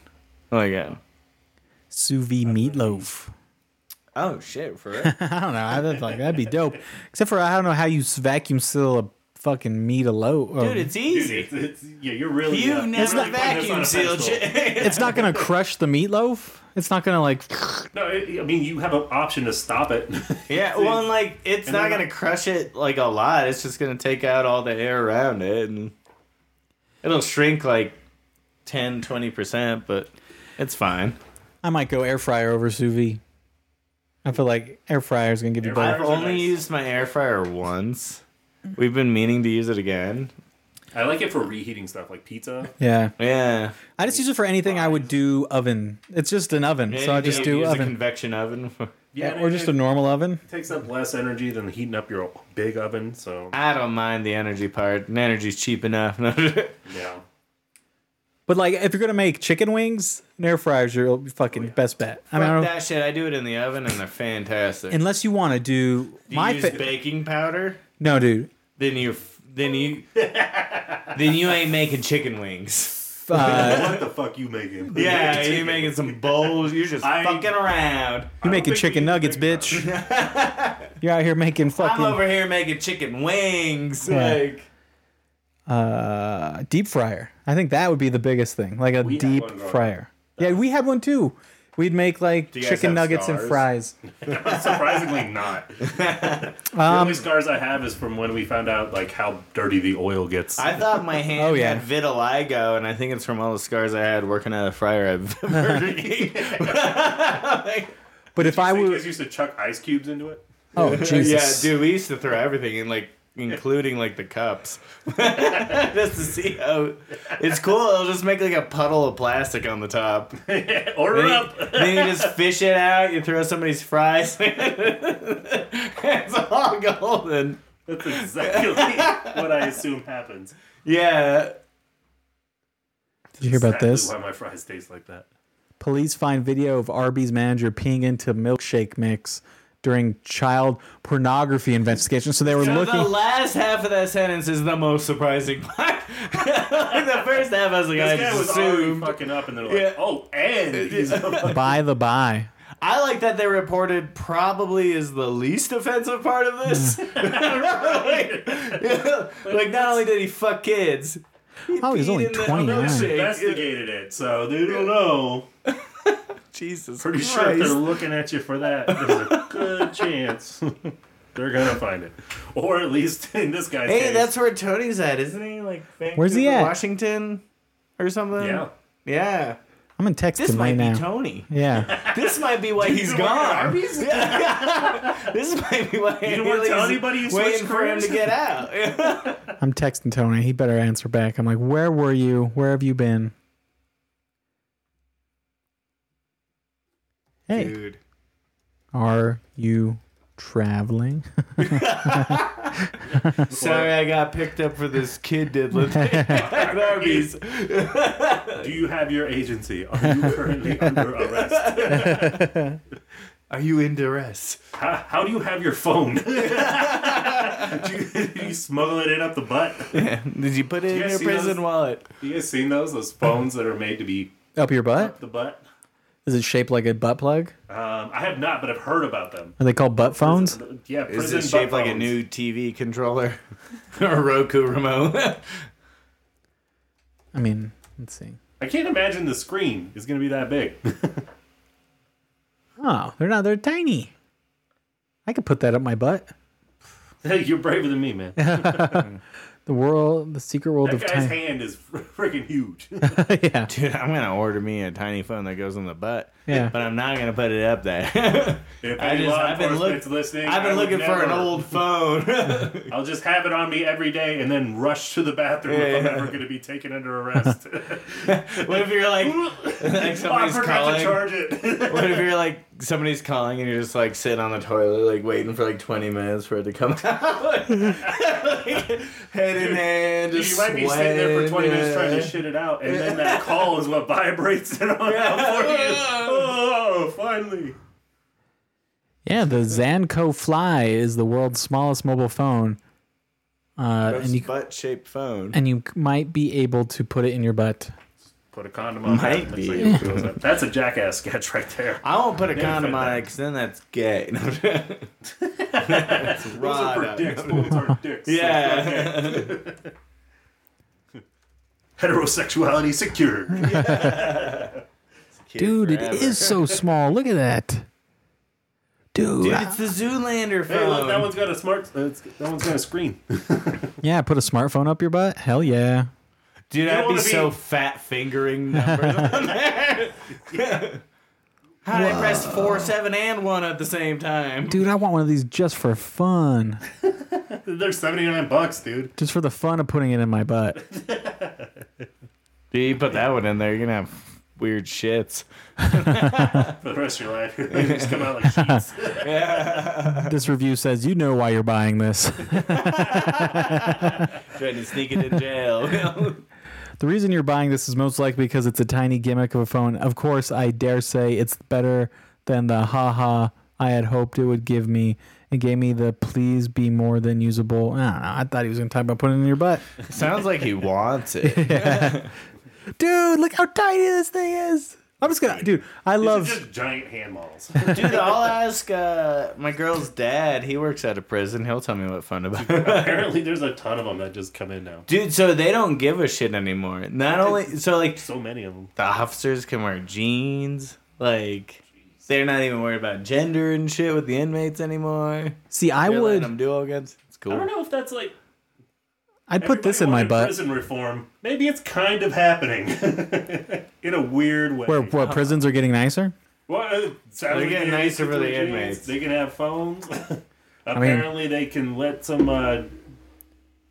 A: like yeah
B: sous vide meatloaf.
A: oh shit for real
B: [laughs] I don't know. I would like that'd be dope. Except for I don't know how you s- vacuum seal a fucking meat loaf.
A: [laughs] dude it's
C: Dude,
A: easy
C: it's, it's, yeah, you're really.
A: you've
C: uh,
A: never
C: really putting this on
A: vacuum
C: a
A: sealed
C: pedestal.
A: [laughs] shit
B: it's not gonna crush the meatloaf. It's not gonna like.
C: No, it, I mean you have an option to stop it. [laughs]
A: Yeah, well, and like it's
C: And
A: not
C: they're
A: gonna
C: not-
A: crush it like a lot. It's just gonna take out all the air around it, and it'll shrink like 10, 20 percent, but it's fine.
B: I might go air fryer over sous vide. I feel like air fryer is gonna give you
C: Air
B: better.
A: I've
C: Fryers are
A: only
C: nice.
A: used my air fryer once. We've been meaning to use it again.
C: I like it for reheating stuff like pizza.
B: Yeah,
A: Yeah,
B: I just use it for anything I would do oven. It's just an oven, so I just
A: Anything
B: do
A: you use a
B: oven,
A: convection oven. [laughs]
C: Yeah,
B: or
C: and
B: just
C: it
B: a normal oven.
C: takes up less energy than heating up your big oven. So
A: I don't mind the energy part. And energy's cheap enough. [laughs]
C: yeah,
B: But like, if you're gonna make chicken wings, an air fryer's your fucking best bet. I mean, I
A: Fuck
B: don't-
A: that shit. I do it in the oven, and they're fantastic.
B: unless you want to do,
A: do you
B: my
A: use
B: fa-
A: baking powder?
B: no, dude,
A: then you then you then you ain't making chicken wings.
B: Uh,
C: what the fuck you making?
A: [laughs] Yeah,
C: [laughs]
A: you making some bowls. You're [laughs] just
C: I-
A: fucking around.
B: you're
C: don't
B: making
C: think
B: chicken
C: we
B: nuggets,
C: use baking
B: bitch. you're out here making
A: I'm
B: fucking
A: over here making chicken wings.
B: Yeah.
A: Like
B: uh, deep fryer. I think that would be the biggest thing, like a
C: had
B: deep
C: one growing up.
B: fryer. Yeah, we had one too. We'd make like
C: you guys have
B: chicken nuggets and
C: scars?
B: fries.
C: Surprisingly not. the
B: Um,
A: Um,
C: only scars I have is from when we found out like how dirty the oil gets.
A: I thought my hand
B: Oh, yeah.
A: had vitiligo, and I think it's from all the scars I had working at a fryer at [laughs] Burger King. Like,
B: But if I
C: You
B: were,
C: guys used to chuck ice cubes into it. [laughs]
B: oh
A: yeah,
B: Jesus,
A: dude, we used to throw everything in, like including like the cups, [laughs] just to see how it's cool. It'll just make like a puddle of plastic on the top.
C: Order
A: Then
C: up. [laughs]
A: you, then you just fish it out. You throw somebody's fries. [laughs] it's all golden.
C: That's exactly [laughs] what I assume happens.
A: Yeah.
B: Did you hear about
C: Exactly
B: this?
C: Why my fries taste like that?
B: Police find video of Arby's manager peeing into milkshake mix during child pornography investigation. So they were
A: So the
B: looking.
A: last half of that sentence is the most surprising part. [laughs] like the first half, I was like, I
C: This guy
A: just
C: was already
A: assumed.
C: fucking up, and they're like,
A: Yeah.
C: "Oh, and he's [laughs] a
B: By the by,
A: I like that they reported probably is the least offensive part of
B: [laughs]
A: this. [laughs] like, like, not only did he fuck kids,
B: oh, he's
A: peed
B: only
A: in the
B: twenty nine.
A: milkshake.
C: investigated it, so they don't know.
A: Jesus,
C: Pretty
A: Christ.
C: sure if they're looking at you for that, there's a
A: [laughs]
C: good chance they're gonna find it, or at least in this guy's
A: Hey,
C: case.
A: that's where Tony's at, isn't he? Like,
B: Where's he
A: Vancouver,
B: at?
A: Washington, or something.
C: yeah.
A: Yeah.
B: I'm gonna text
A: This
B: him
A: might
B: right
A: be
B: now.
A: Tony.
B: yeah,
A: [laughs] This might be
C: [laughs]
A: why he's
C: been working at
A: gone.
C: Arby's?
A: Yeah. this might be why
C: didn't want to tell anybody you switched
A: waiting for him
C: careers?
A: to get out.
B: I'm texting Tony. He better answer back. I'm like, where were you? Where have you been? Hey,
A: Dude.
B: are you traveling? [laughs]
A: Sorry, I got picked up for this kid
B: [laughs]
A: diddling [laughs] at
C: [laughs]
A: Arby's.
C: Do you have your agency? Are
B: [laughs]
C: you currently under arrest?
A: Are you in duress?
C: How, how do you have your phone? [laughs] do, you, do you smuggle it in up the butt?
A: [laughs] Did you put it
C: you
A: in
C: guys
A: your
C: see
A: prison
C: those-
A: wallet?
C: You guys seen those? Those phones that are made to be
B: Up your butt?
C: the butt?
B: Is it shaped like a butt plug?
C: Um, I have not, but I've heard about them. Uh,
B: Are they called butt phones?
C: Yeah,
A: Is
C: prison
A: it shaped
C: butt
A: like a
C: phones.
A: new TV controller [laughs] or a Roku remote?
B: I mean, let's see.
C: I can't imagine the screen is going to be that big. [laughs]
B: Oh, they're not. They're tiny. I could put that up my butt.
C: Hey, You're braver than me, man.
B: The world, the secret world
C: That
B: of
C: guy's
B: time.
C: hand is fr- freaking huge. [laughs]
B: yeah,
A: [laughs] Dude, I'm gonna order me a tiny phone that goes in the butt.
B: Yeah.
A: But I'm not gonna put it up there. [laughs]
C: If
A: I
C: any
A: just-
C: law
A: I've been look-
C: enforcement's listening,
A: I've been
C: I would
A: looking for an
C: never-
A: old phone. [laughs]
C: I'll just have it on me every day and then rush to the bathroom
A: Yeah,
C: if I'm
A: yeah.
C: ever going to be taken under
B: [laughs]
C: arrest.
A: what if you're
C: [laughs]
A: like, like
C: Oh, I
A: somebody's
C: forgot to
A: calling?
C: charge [laughs] it.
A: What if you're like somebody's calling and you're just like sitting on the toilet, like waiting for like 20 minutes for it to come [laughs] out? head in hand, just
C: you might be sitting there for 20 minutes trying to
A: sweating.
C: shit it out, and then that call is what vibrates it on out [laughs] for you. Oh, finally.
B: yeah. The Zanco Fly is the world's smallest mobile phone, uh, and you
A: butt-shaped phone.
B: and you might be able to put it in your butt.
C: Put a condom on
A: Might
C: that.
A: be.
C: That's, what it goes up. That's a jackass sketch right there.
A: I won't put a
C: Never
A: condom
C: said
A: on
C: that.
A: it because then that's gay. [laughs] that's
C: Those are for
A: raw.
C: dicks. Boobs [laughs] are dicks.
A: Yeah.
C: Heterosexuality [laughs] secured.
B: [laughs] Dude, it
A: forever.
B: is so small. Look at that. Dude,
A: Dude,
B: I-
A: it's the Zoolander phone.
C: Hey, look, that one's got a smart. Uh, it's- that one's got a screen. [laughs]
B: yeah, put a smartphone up your butt. Hell yeah.
A: Dude,
C: don't
A: I'd be,
C: wanna be-
A: so fat fingering numbers
C: [laughs]
A: on there. [laughs] How did I press four, seven, and one at the same time?
B: Dude, I want one of these just for fun.
C: They're seventy nine bucks, dude.
B: Just for the fun of putting it in my butt.
A: Dude, you put that one in there, you're gonna have weird shits.
C: For the rest of your life, [laughs] they just come out like sheets.
B: This review says you know why you're buying this. [laughs]
A: Trying to sneak it in jail.
B: The reason you're buying this is most likely because it's a tiny gimmick of a phone. Of course, I dare say it's better than the haha I had hoped it would give me. It gave me the please be more than usable. I don't know. I thought he was going to talk about putting it in your
C: [laughs]
B: butt.
A: [laughs] Sounds like he wants it.
B: Dude, look how tiny this thing is. I'm just going to, dude, I love.
C: Just giant hand [laughs] models.
A: [laughs] Dude, I'll ask uh, my girl's dad. He works at a prison. He'll tell me what fun about it. [laughs]
C: Apparently, there's a ton of them that just come in now.
A: Dude, so they don't give a shit anymore. Not only, so like,
C: So many of them.
A: the officers can wear jeans. Like they're not even worried about gender and shit with the inmates anymore.
B: See, I
A: They're letting
B: would,
A: them do all guns. It's cool.
C: I don't know if that's like.
B: I'd put this in my
C: everybody wanted
B: butt.
C: Prison reform. Maybe it's kind of happening [laughs] in a weird way.
B: Where what prisons are getting nicer?
C: Well, it sounds
A: They're
C: like
A: getting
C: they-
A: nicer for the
C: they-
A: inmates.
C: They can have phones. [laughs] Apparently, they can let some. Uh,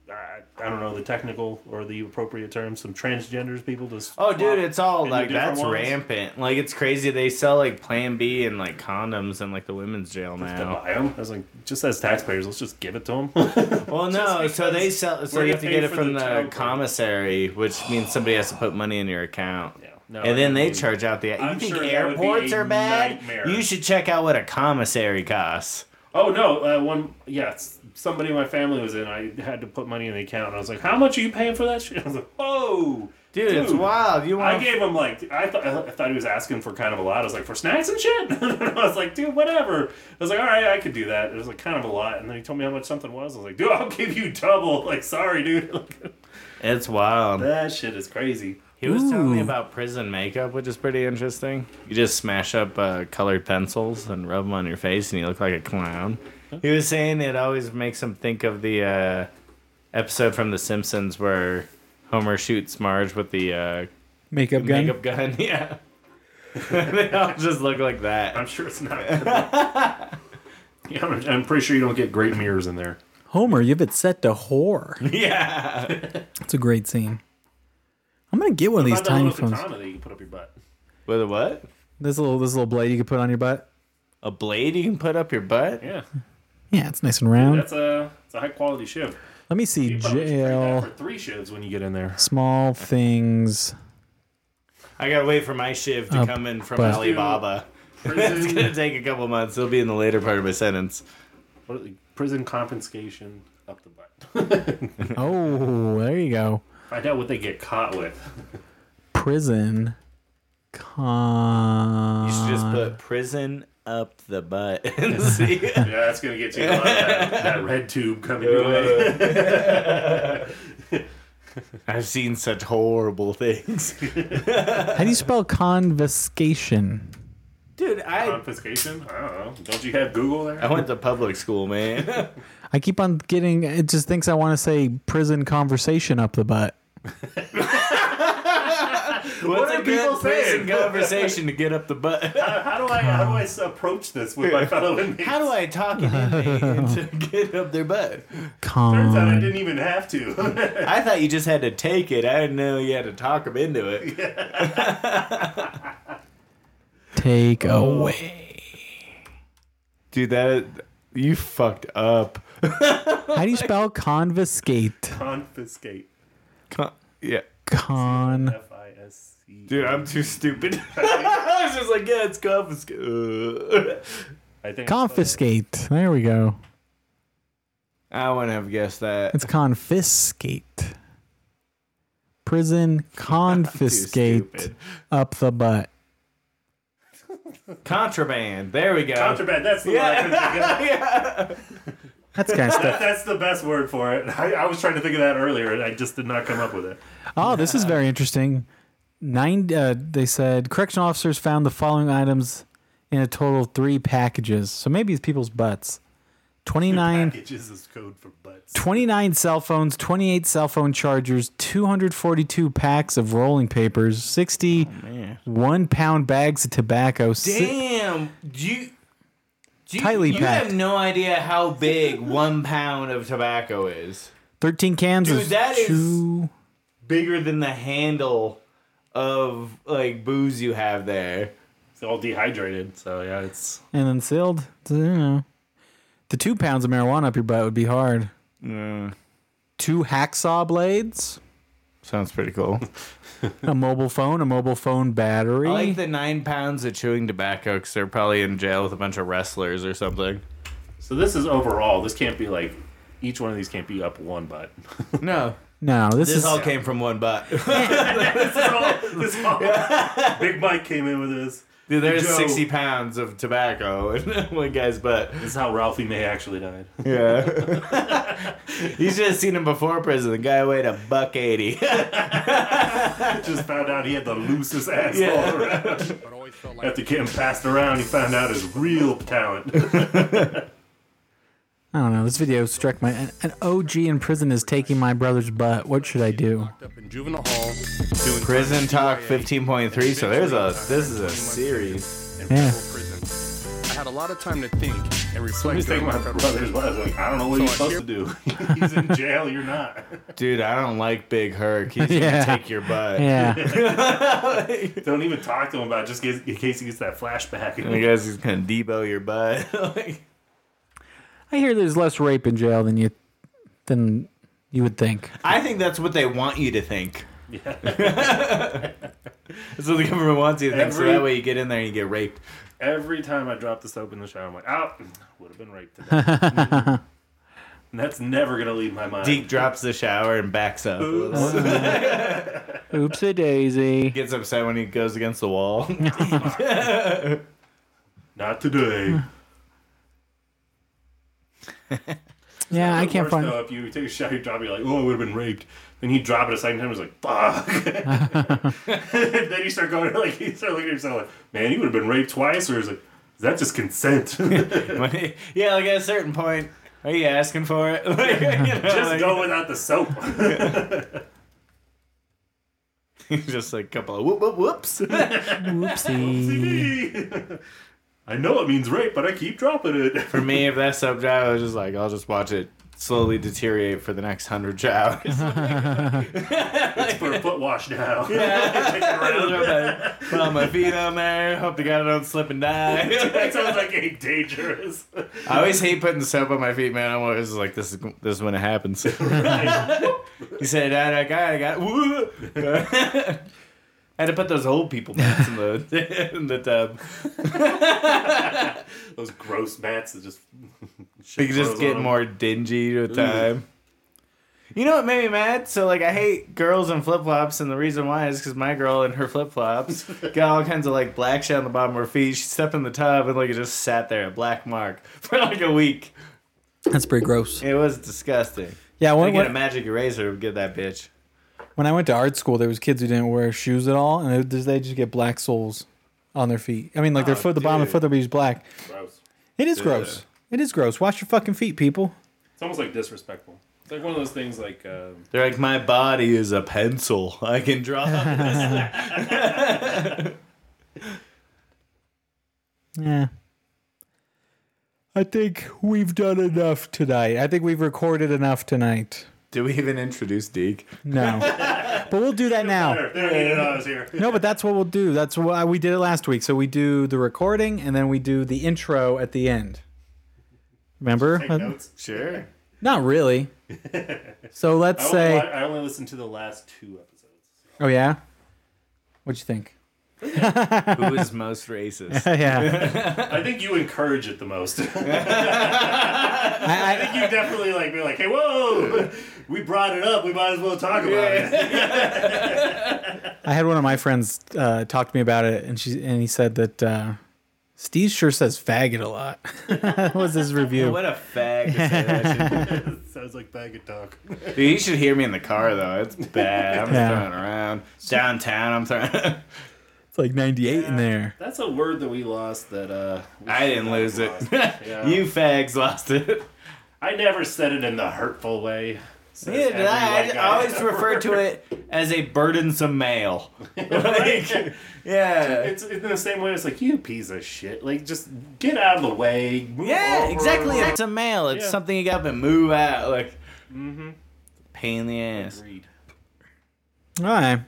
C: I I don't know the technical or the appropriate term. Some transgenders people just.
A: Oh, dude, it's all
C: Into
A: like
C: different
A: that's
C: ones?
A: rampant. Like it's crazy. They sell like Plan B and like condoms in like the women's jail
C: To
A: now.
C: buy 'em. I was like, just as taxpayers, let's just give it to them. [laughs]
A: Well, no, so they sell. So
C: we're
A: you have to get
C: gonna pay
A: it
C: for
A: from
C: the
A: the,
C: child care.
A: commissary, which means somebody has to put money in your account.
C: Yeah. No,
A: and then they
C: I mean,
A: charge out the. You
C: I'm
A: think
C: sure that would be
A: airports
C: a
A: are bad?
C: nightmare.
A: You should check out what a commissary costs.
C: Oh no! Uh, one, yes, somebody in my family was in. I had to put money in the account, and I was like, "How much are you paying for that shit?" [laughs] I was like, "Whoa,
A: Dude, it's wild. You
C: I
A: want
C: gave him like I thought I thought he was asking for kind of a lot. I was like for snacks and shit. [laughs] I was like, dude, whatever. I was like, all right, I could do that. It was like kind of a lot, and then he told me how much something was. I was like, dude, I'll give you double. [laughs] Like, sorry, dude. Like,
A: It's wild.
C: that shit is crazy.
A: He was telling me
B: Ooh.
A: about prison makeup, which is pretty interesting. You just smash up uh, colored pencils and rub them on your face, and you look like a clown. He was saying it always makes him think of the uh, episode from The Simpsons where Homer shoots Marge with the uh,
B: Makeup gun.
A: makeup gun. [laughs] Yeah. they all just look like that. [laughs]
C: I'm sure it's not. yeah, I'm, I'm pretty sure you don't get great mirrors in there.
B: Homer, you've it set to whore.
A: Yeah.
B: It's a great scene. I'm gonna get one of these
C: Find that little
B: tiny phones.
C: katana that you can put up your butt.
A: With a what?
B: This little this little blade you can put on your butt.
A: A blade you can put up your butt?
C: Yeah,
B: Yeah, it's nice and round.
C: that's a it's a high quality shiv.
B: Let me see.
C: You probably should trade that
B: Jail.
C: for three shivs when you get in there.
B: Small things.
A: I gotta wait for my shiv to
B: Uh,
A: come in from
B: but-
A: Alibaba. [laughs] It's
C: Prison,
A: gonna take a couple months. It'll be in the later part of my sentence.
C: what are they- prison confiscation up the butt. [laughs]
B: Oh, there you go.
C: Find out what they get caught with.
B: Prison. Con.
A: You should just put prison up the butt and [laughs] see.
C: Yeah, that's gonna get [laughs] you a lot of that, that red tube coming your way.
A: I've seen such horrible things.
B: How do you spell confiscation?
A: Dude, I
C: Confiscation? I don't know. Don't you have Google there?
A: I went to public school, [laughs] man.
B: I keep on getting. It just thinks I want to say prison conversation up the butt.
A: What's
C: are
A: a good
C: people saying?
A: prison conversation to get up the [laughs] butt?
C: How do I how do I s- approach this with my fellow inmates?
A: How do I talk an [laughs] inmate to get up their butt?
C: Turns out I
B: Con.
C: didn't even have to. [laughs]
A: I thought you just had to take it. I didn't know you had to talk them into it.
B: Take away.
A: Dude, that you fucked up. [laughs]
B: How do you spell confiscate?
C: Confiscate.
A: yeah.
B: Con.
C: F I S C.
A: Dude, I'm too stupid. [laughs] I was just like, yeah, it's confiscated.
C: I think
B: Confiscate. There we go.
A: [laughs] I wouldn't have guessed that.
B: It's confiscate. Prison confiscate
A: stupid.
B: up the butt.
A: Contraband. There we go.
C: Contraband. That's the one I couldn't think of.
B: That's kind of stuff.
C: That's the best word for it. I, I was trying to think of that earlier, and I just did not come up with it.
B: [laughs] Oh, this is very interesting. Nine. Uh, they said correction officers found the following items in a total of three packages. So maybe it's people's butts. Twenty nine.
C: Packages is code for butts.
B: 29 cell phones, 28 cell phone chargers, 242 packs of rolling papers, 60 one pound bags of tobacco, si-
A: Oh, Damn, do you, do you,
B: Tightly
A: you
B: packed.
A: have no idea how big one pound of tobacco is.
B: 13 cans
A: Dude,
B: of
A: that is-
B: chew.
A: Bigger than the handle of like booze you have there.
C: It's all dehydrated, so yeah, it's
B: and then sealed. So, you know, the two pounds of marijuana up your butt would be hard.
A: Mm,
B: Two hacksaw blades,
A: Sounds pretty cool.
B: a mobile phone, a mobile phone
A: [laughs]
B: battery.
A: I like the nine pounds of chewing tobacco because they're probably in jail with a bunch of wrestlers or something.
C: so. This is overall. This can't be like each one of these can't be up one butt. [laughs]
A: No,
B: no, this,
A: this
B: is
A: all came from one butt. [laughs]
C: This all- [laughs] Big Mike came in with this.
A: Dude, there's
C: Joe.
A: 60 pounds of tobacco in [laughs] one guy's butt.
C: This is how Ralphie May actually [laughs] died.
A: Yeah. you should have seen him before prison. The guy weighed a buck [laughs] 80.
C: just found out he had the loosest ass all around. [laughs] After getting passed around, he found out his real talent. [laughs]
B: I don't know. This video struck my. An, an OG in prison is taking my brother's butt. What should I do?
G: Up in juvenile hall, doing
A: Prison Talk
G: CIA
A: 15.3. So there's a this is a series.
G: in
B: Yeah.
G: federal prison. I had a lot of time to think and
C: I
G: reflect.
C: just think
G: during
C: my
G: federal-
C: brother's life. Like, I don't know what he's
G: So I
C: supposed to do. [laughs] he's in jail. You're not.
A: Dude, I don't like Big Herc. He's [laughs]
B: Yeah.
A: gonna take your butt. [laughs]
B: Yeah,
C: Don't even talk to him about it, just in case- in case he gets that flashback.
A: I guess he's gonna debo your butt. Like,
B: I hear there's less rape in jail than you than you would think.
A: [laughs] I think that's what they want you to think. [laughs] that's what the government wants you to think. so
C: Every-
A: that way you get in there and you get raped.
C: [laughs] Every time I drop the soap in the shower, I'm like, oh, would have been raped today.
B: [laughs]
C: and that's never gonna leave my mind.
A: Deke drops the shower and backs up.
B: Oopsie daisy.
A: Gets upset when he goes against the [laughs] wall.
C: Not today.
B: Yeah, [laughs] I can't
C: Worse,
B: find.
C: Though, if you take a shot, you drop it, you're like, oh, I would have been raped. Then you drop it a second time, it's like,
B: [laughs]
C: fuck. [laughs] then you start going, [laughs] like, you start looking at yourself like, man, you would have been raped twice, or is it, is that just
B: [laughs]
C: consent? [laughs] just
A: When- yeah, like at a certain point, are you asking for it? [laughs]
B: [laughs]
A: Like, you know, like-
C: go without the soap.
A: [laughs] Just like a couple of whoop whoop whoops.
B: Whoopsie.
C: [laughs] I know it means rape, but I keep dropping it. [laughs]
A: For me, if that's up I was just like, I'll just watch it slowly deteriorate for the next hundred hours.
C: It's for a foot wash now. [laughs]
A: Put all my feet on there. Hope to God I don't slip and die.
C: that sounds like a dangerous.
A: I always hate putting soap on my feet, man. I'm always like, this is this is when it happens. you said that I got, I got. woo." [laughs] I had to put those old people mats in the [laughs] in the tub.
C: Those gross mats that just. [laughs]
A: You can just
C: grows
A: get
C: on 'em.
A: more dingy with time. You know what made me mad? So like I hate girls in flip flops, and the reason why is because my girl in her flip flops got all kinds of like black shit on the bottom of her feet. She stepped in the tub and like it just sat there, a black mark [laughs] for like a week.
B: That's pretty gross.
A: It was disgusting.
B: Yeah,
A: I
B: when,
A: get a
B: when,
A: magic eraser and get that bitch.
B: when I went to art school, there was kids who didn't wear shoes at all, and they, they just get black soles on their feet. I mean, like their
A: Oh,
B: foot, the bottom of
A: dude.
B: the foot, they're just black.
C: Gross.
B: It is gross. It is gross. Wash your fucking feet, people.
C: It's almost like disrespectful. It's like one of those things like. Um,
A: They're like, my body is a pencil. I can draw.
B: Yeah. I think we've done enough tonight. I think we've recorded enough tonight.
A: Did we even introduce Deke?
B: No. [laughs] but we'll do that now.
C: there, there, you know, I
A: [laughs]
C: was here.
B: No, but that's what we'll do. That's why we did it last week. So we do the recording and then we do the intro at the end. Remember?
C: Take notes.
A: Sure.
B: Not
C: [laughs]
B: really. So let's
C: I only,
B: say.
C: I only listened to the last two episodes.
B: Oh, yeah? What'd you think?
A: Who is most racist?
B: [laughs] yeah.
C: I think you encourage it the most. [laughs] you
B: I, I,
C: definitely like be like, hey, whoa, [laughs] we brought it up. We might as well talk about it.
B: I had one of my friends uh, talk to me about it, and she and he said that uh, Steve sure says faggot a lot. [laughs] That was his review?
A: What a fag. to say that shit.
C: [laughs] Sounds like bag of talk.
A: Dude, you should hear me in the car, though.
C: [laughs]
A: It's bad. I'm
B: Yeah.
A: throwing around. Downtown, I'm throwing. [laughs]
B: It's like 98 in there.
C: That's a word that we lost. That uh, we
A: I didn't lose it. [laughs]
C: lost. Yeah.
A: You fags lost it.
C: I never said it in the hurtful way. Says
A: Neither did
C: every
A: I. I
C: white
A: just-
C: guy
A: I always
C: ever.
A: refer
C: [laughs]
A: to it as a burdensome male. Like, yeah.
C: It's, it's in the same way. It's like you piece of shit. Like just get out of the way. move
A: Yeah,
C: over.
A: exactly. It's a male. It's
C: Yeah. Mm-hmm.
A: something you got to move out. Like, pain in the ass.
C: Agreed.
B: All right.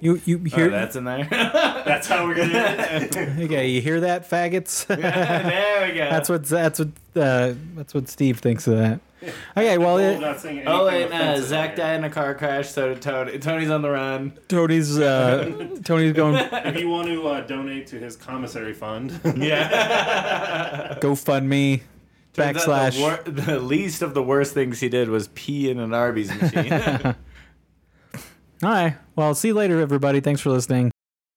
B: You you
A: Oh,
B: hear
A: that's in there. [laughs]
C: That's how we're gonna. do it.
B: okay? You hear that,
A: [laughs]
B: faggots?
A: there we go.
B: that's what that's what uh, that's what Steve thinks of
A: [laughs]
B: that. Okay, well,
C: We're
B: it,
C: not saying
A: Oh
C: anything
A: wait, uh,
C: offensive
A: Zach
C: here.
A: died in a car crash. So did Tony. Tony's on the run. [laughs]
B: Tony's uh, Tony's going
C: If you want to uh, donate to his commissary fund, [laughs]
A: [laughs] Yeah.
B: GoFundMe
A: The,
B: backslash.
A: wor- [laughs] the least of the worst things he did was pee in an Arby's machine. [laughs]
B: All right. Well, see you later, everybody. Thanks for listening.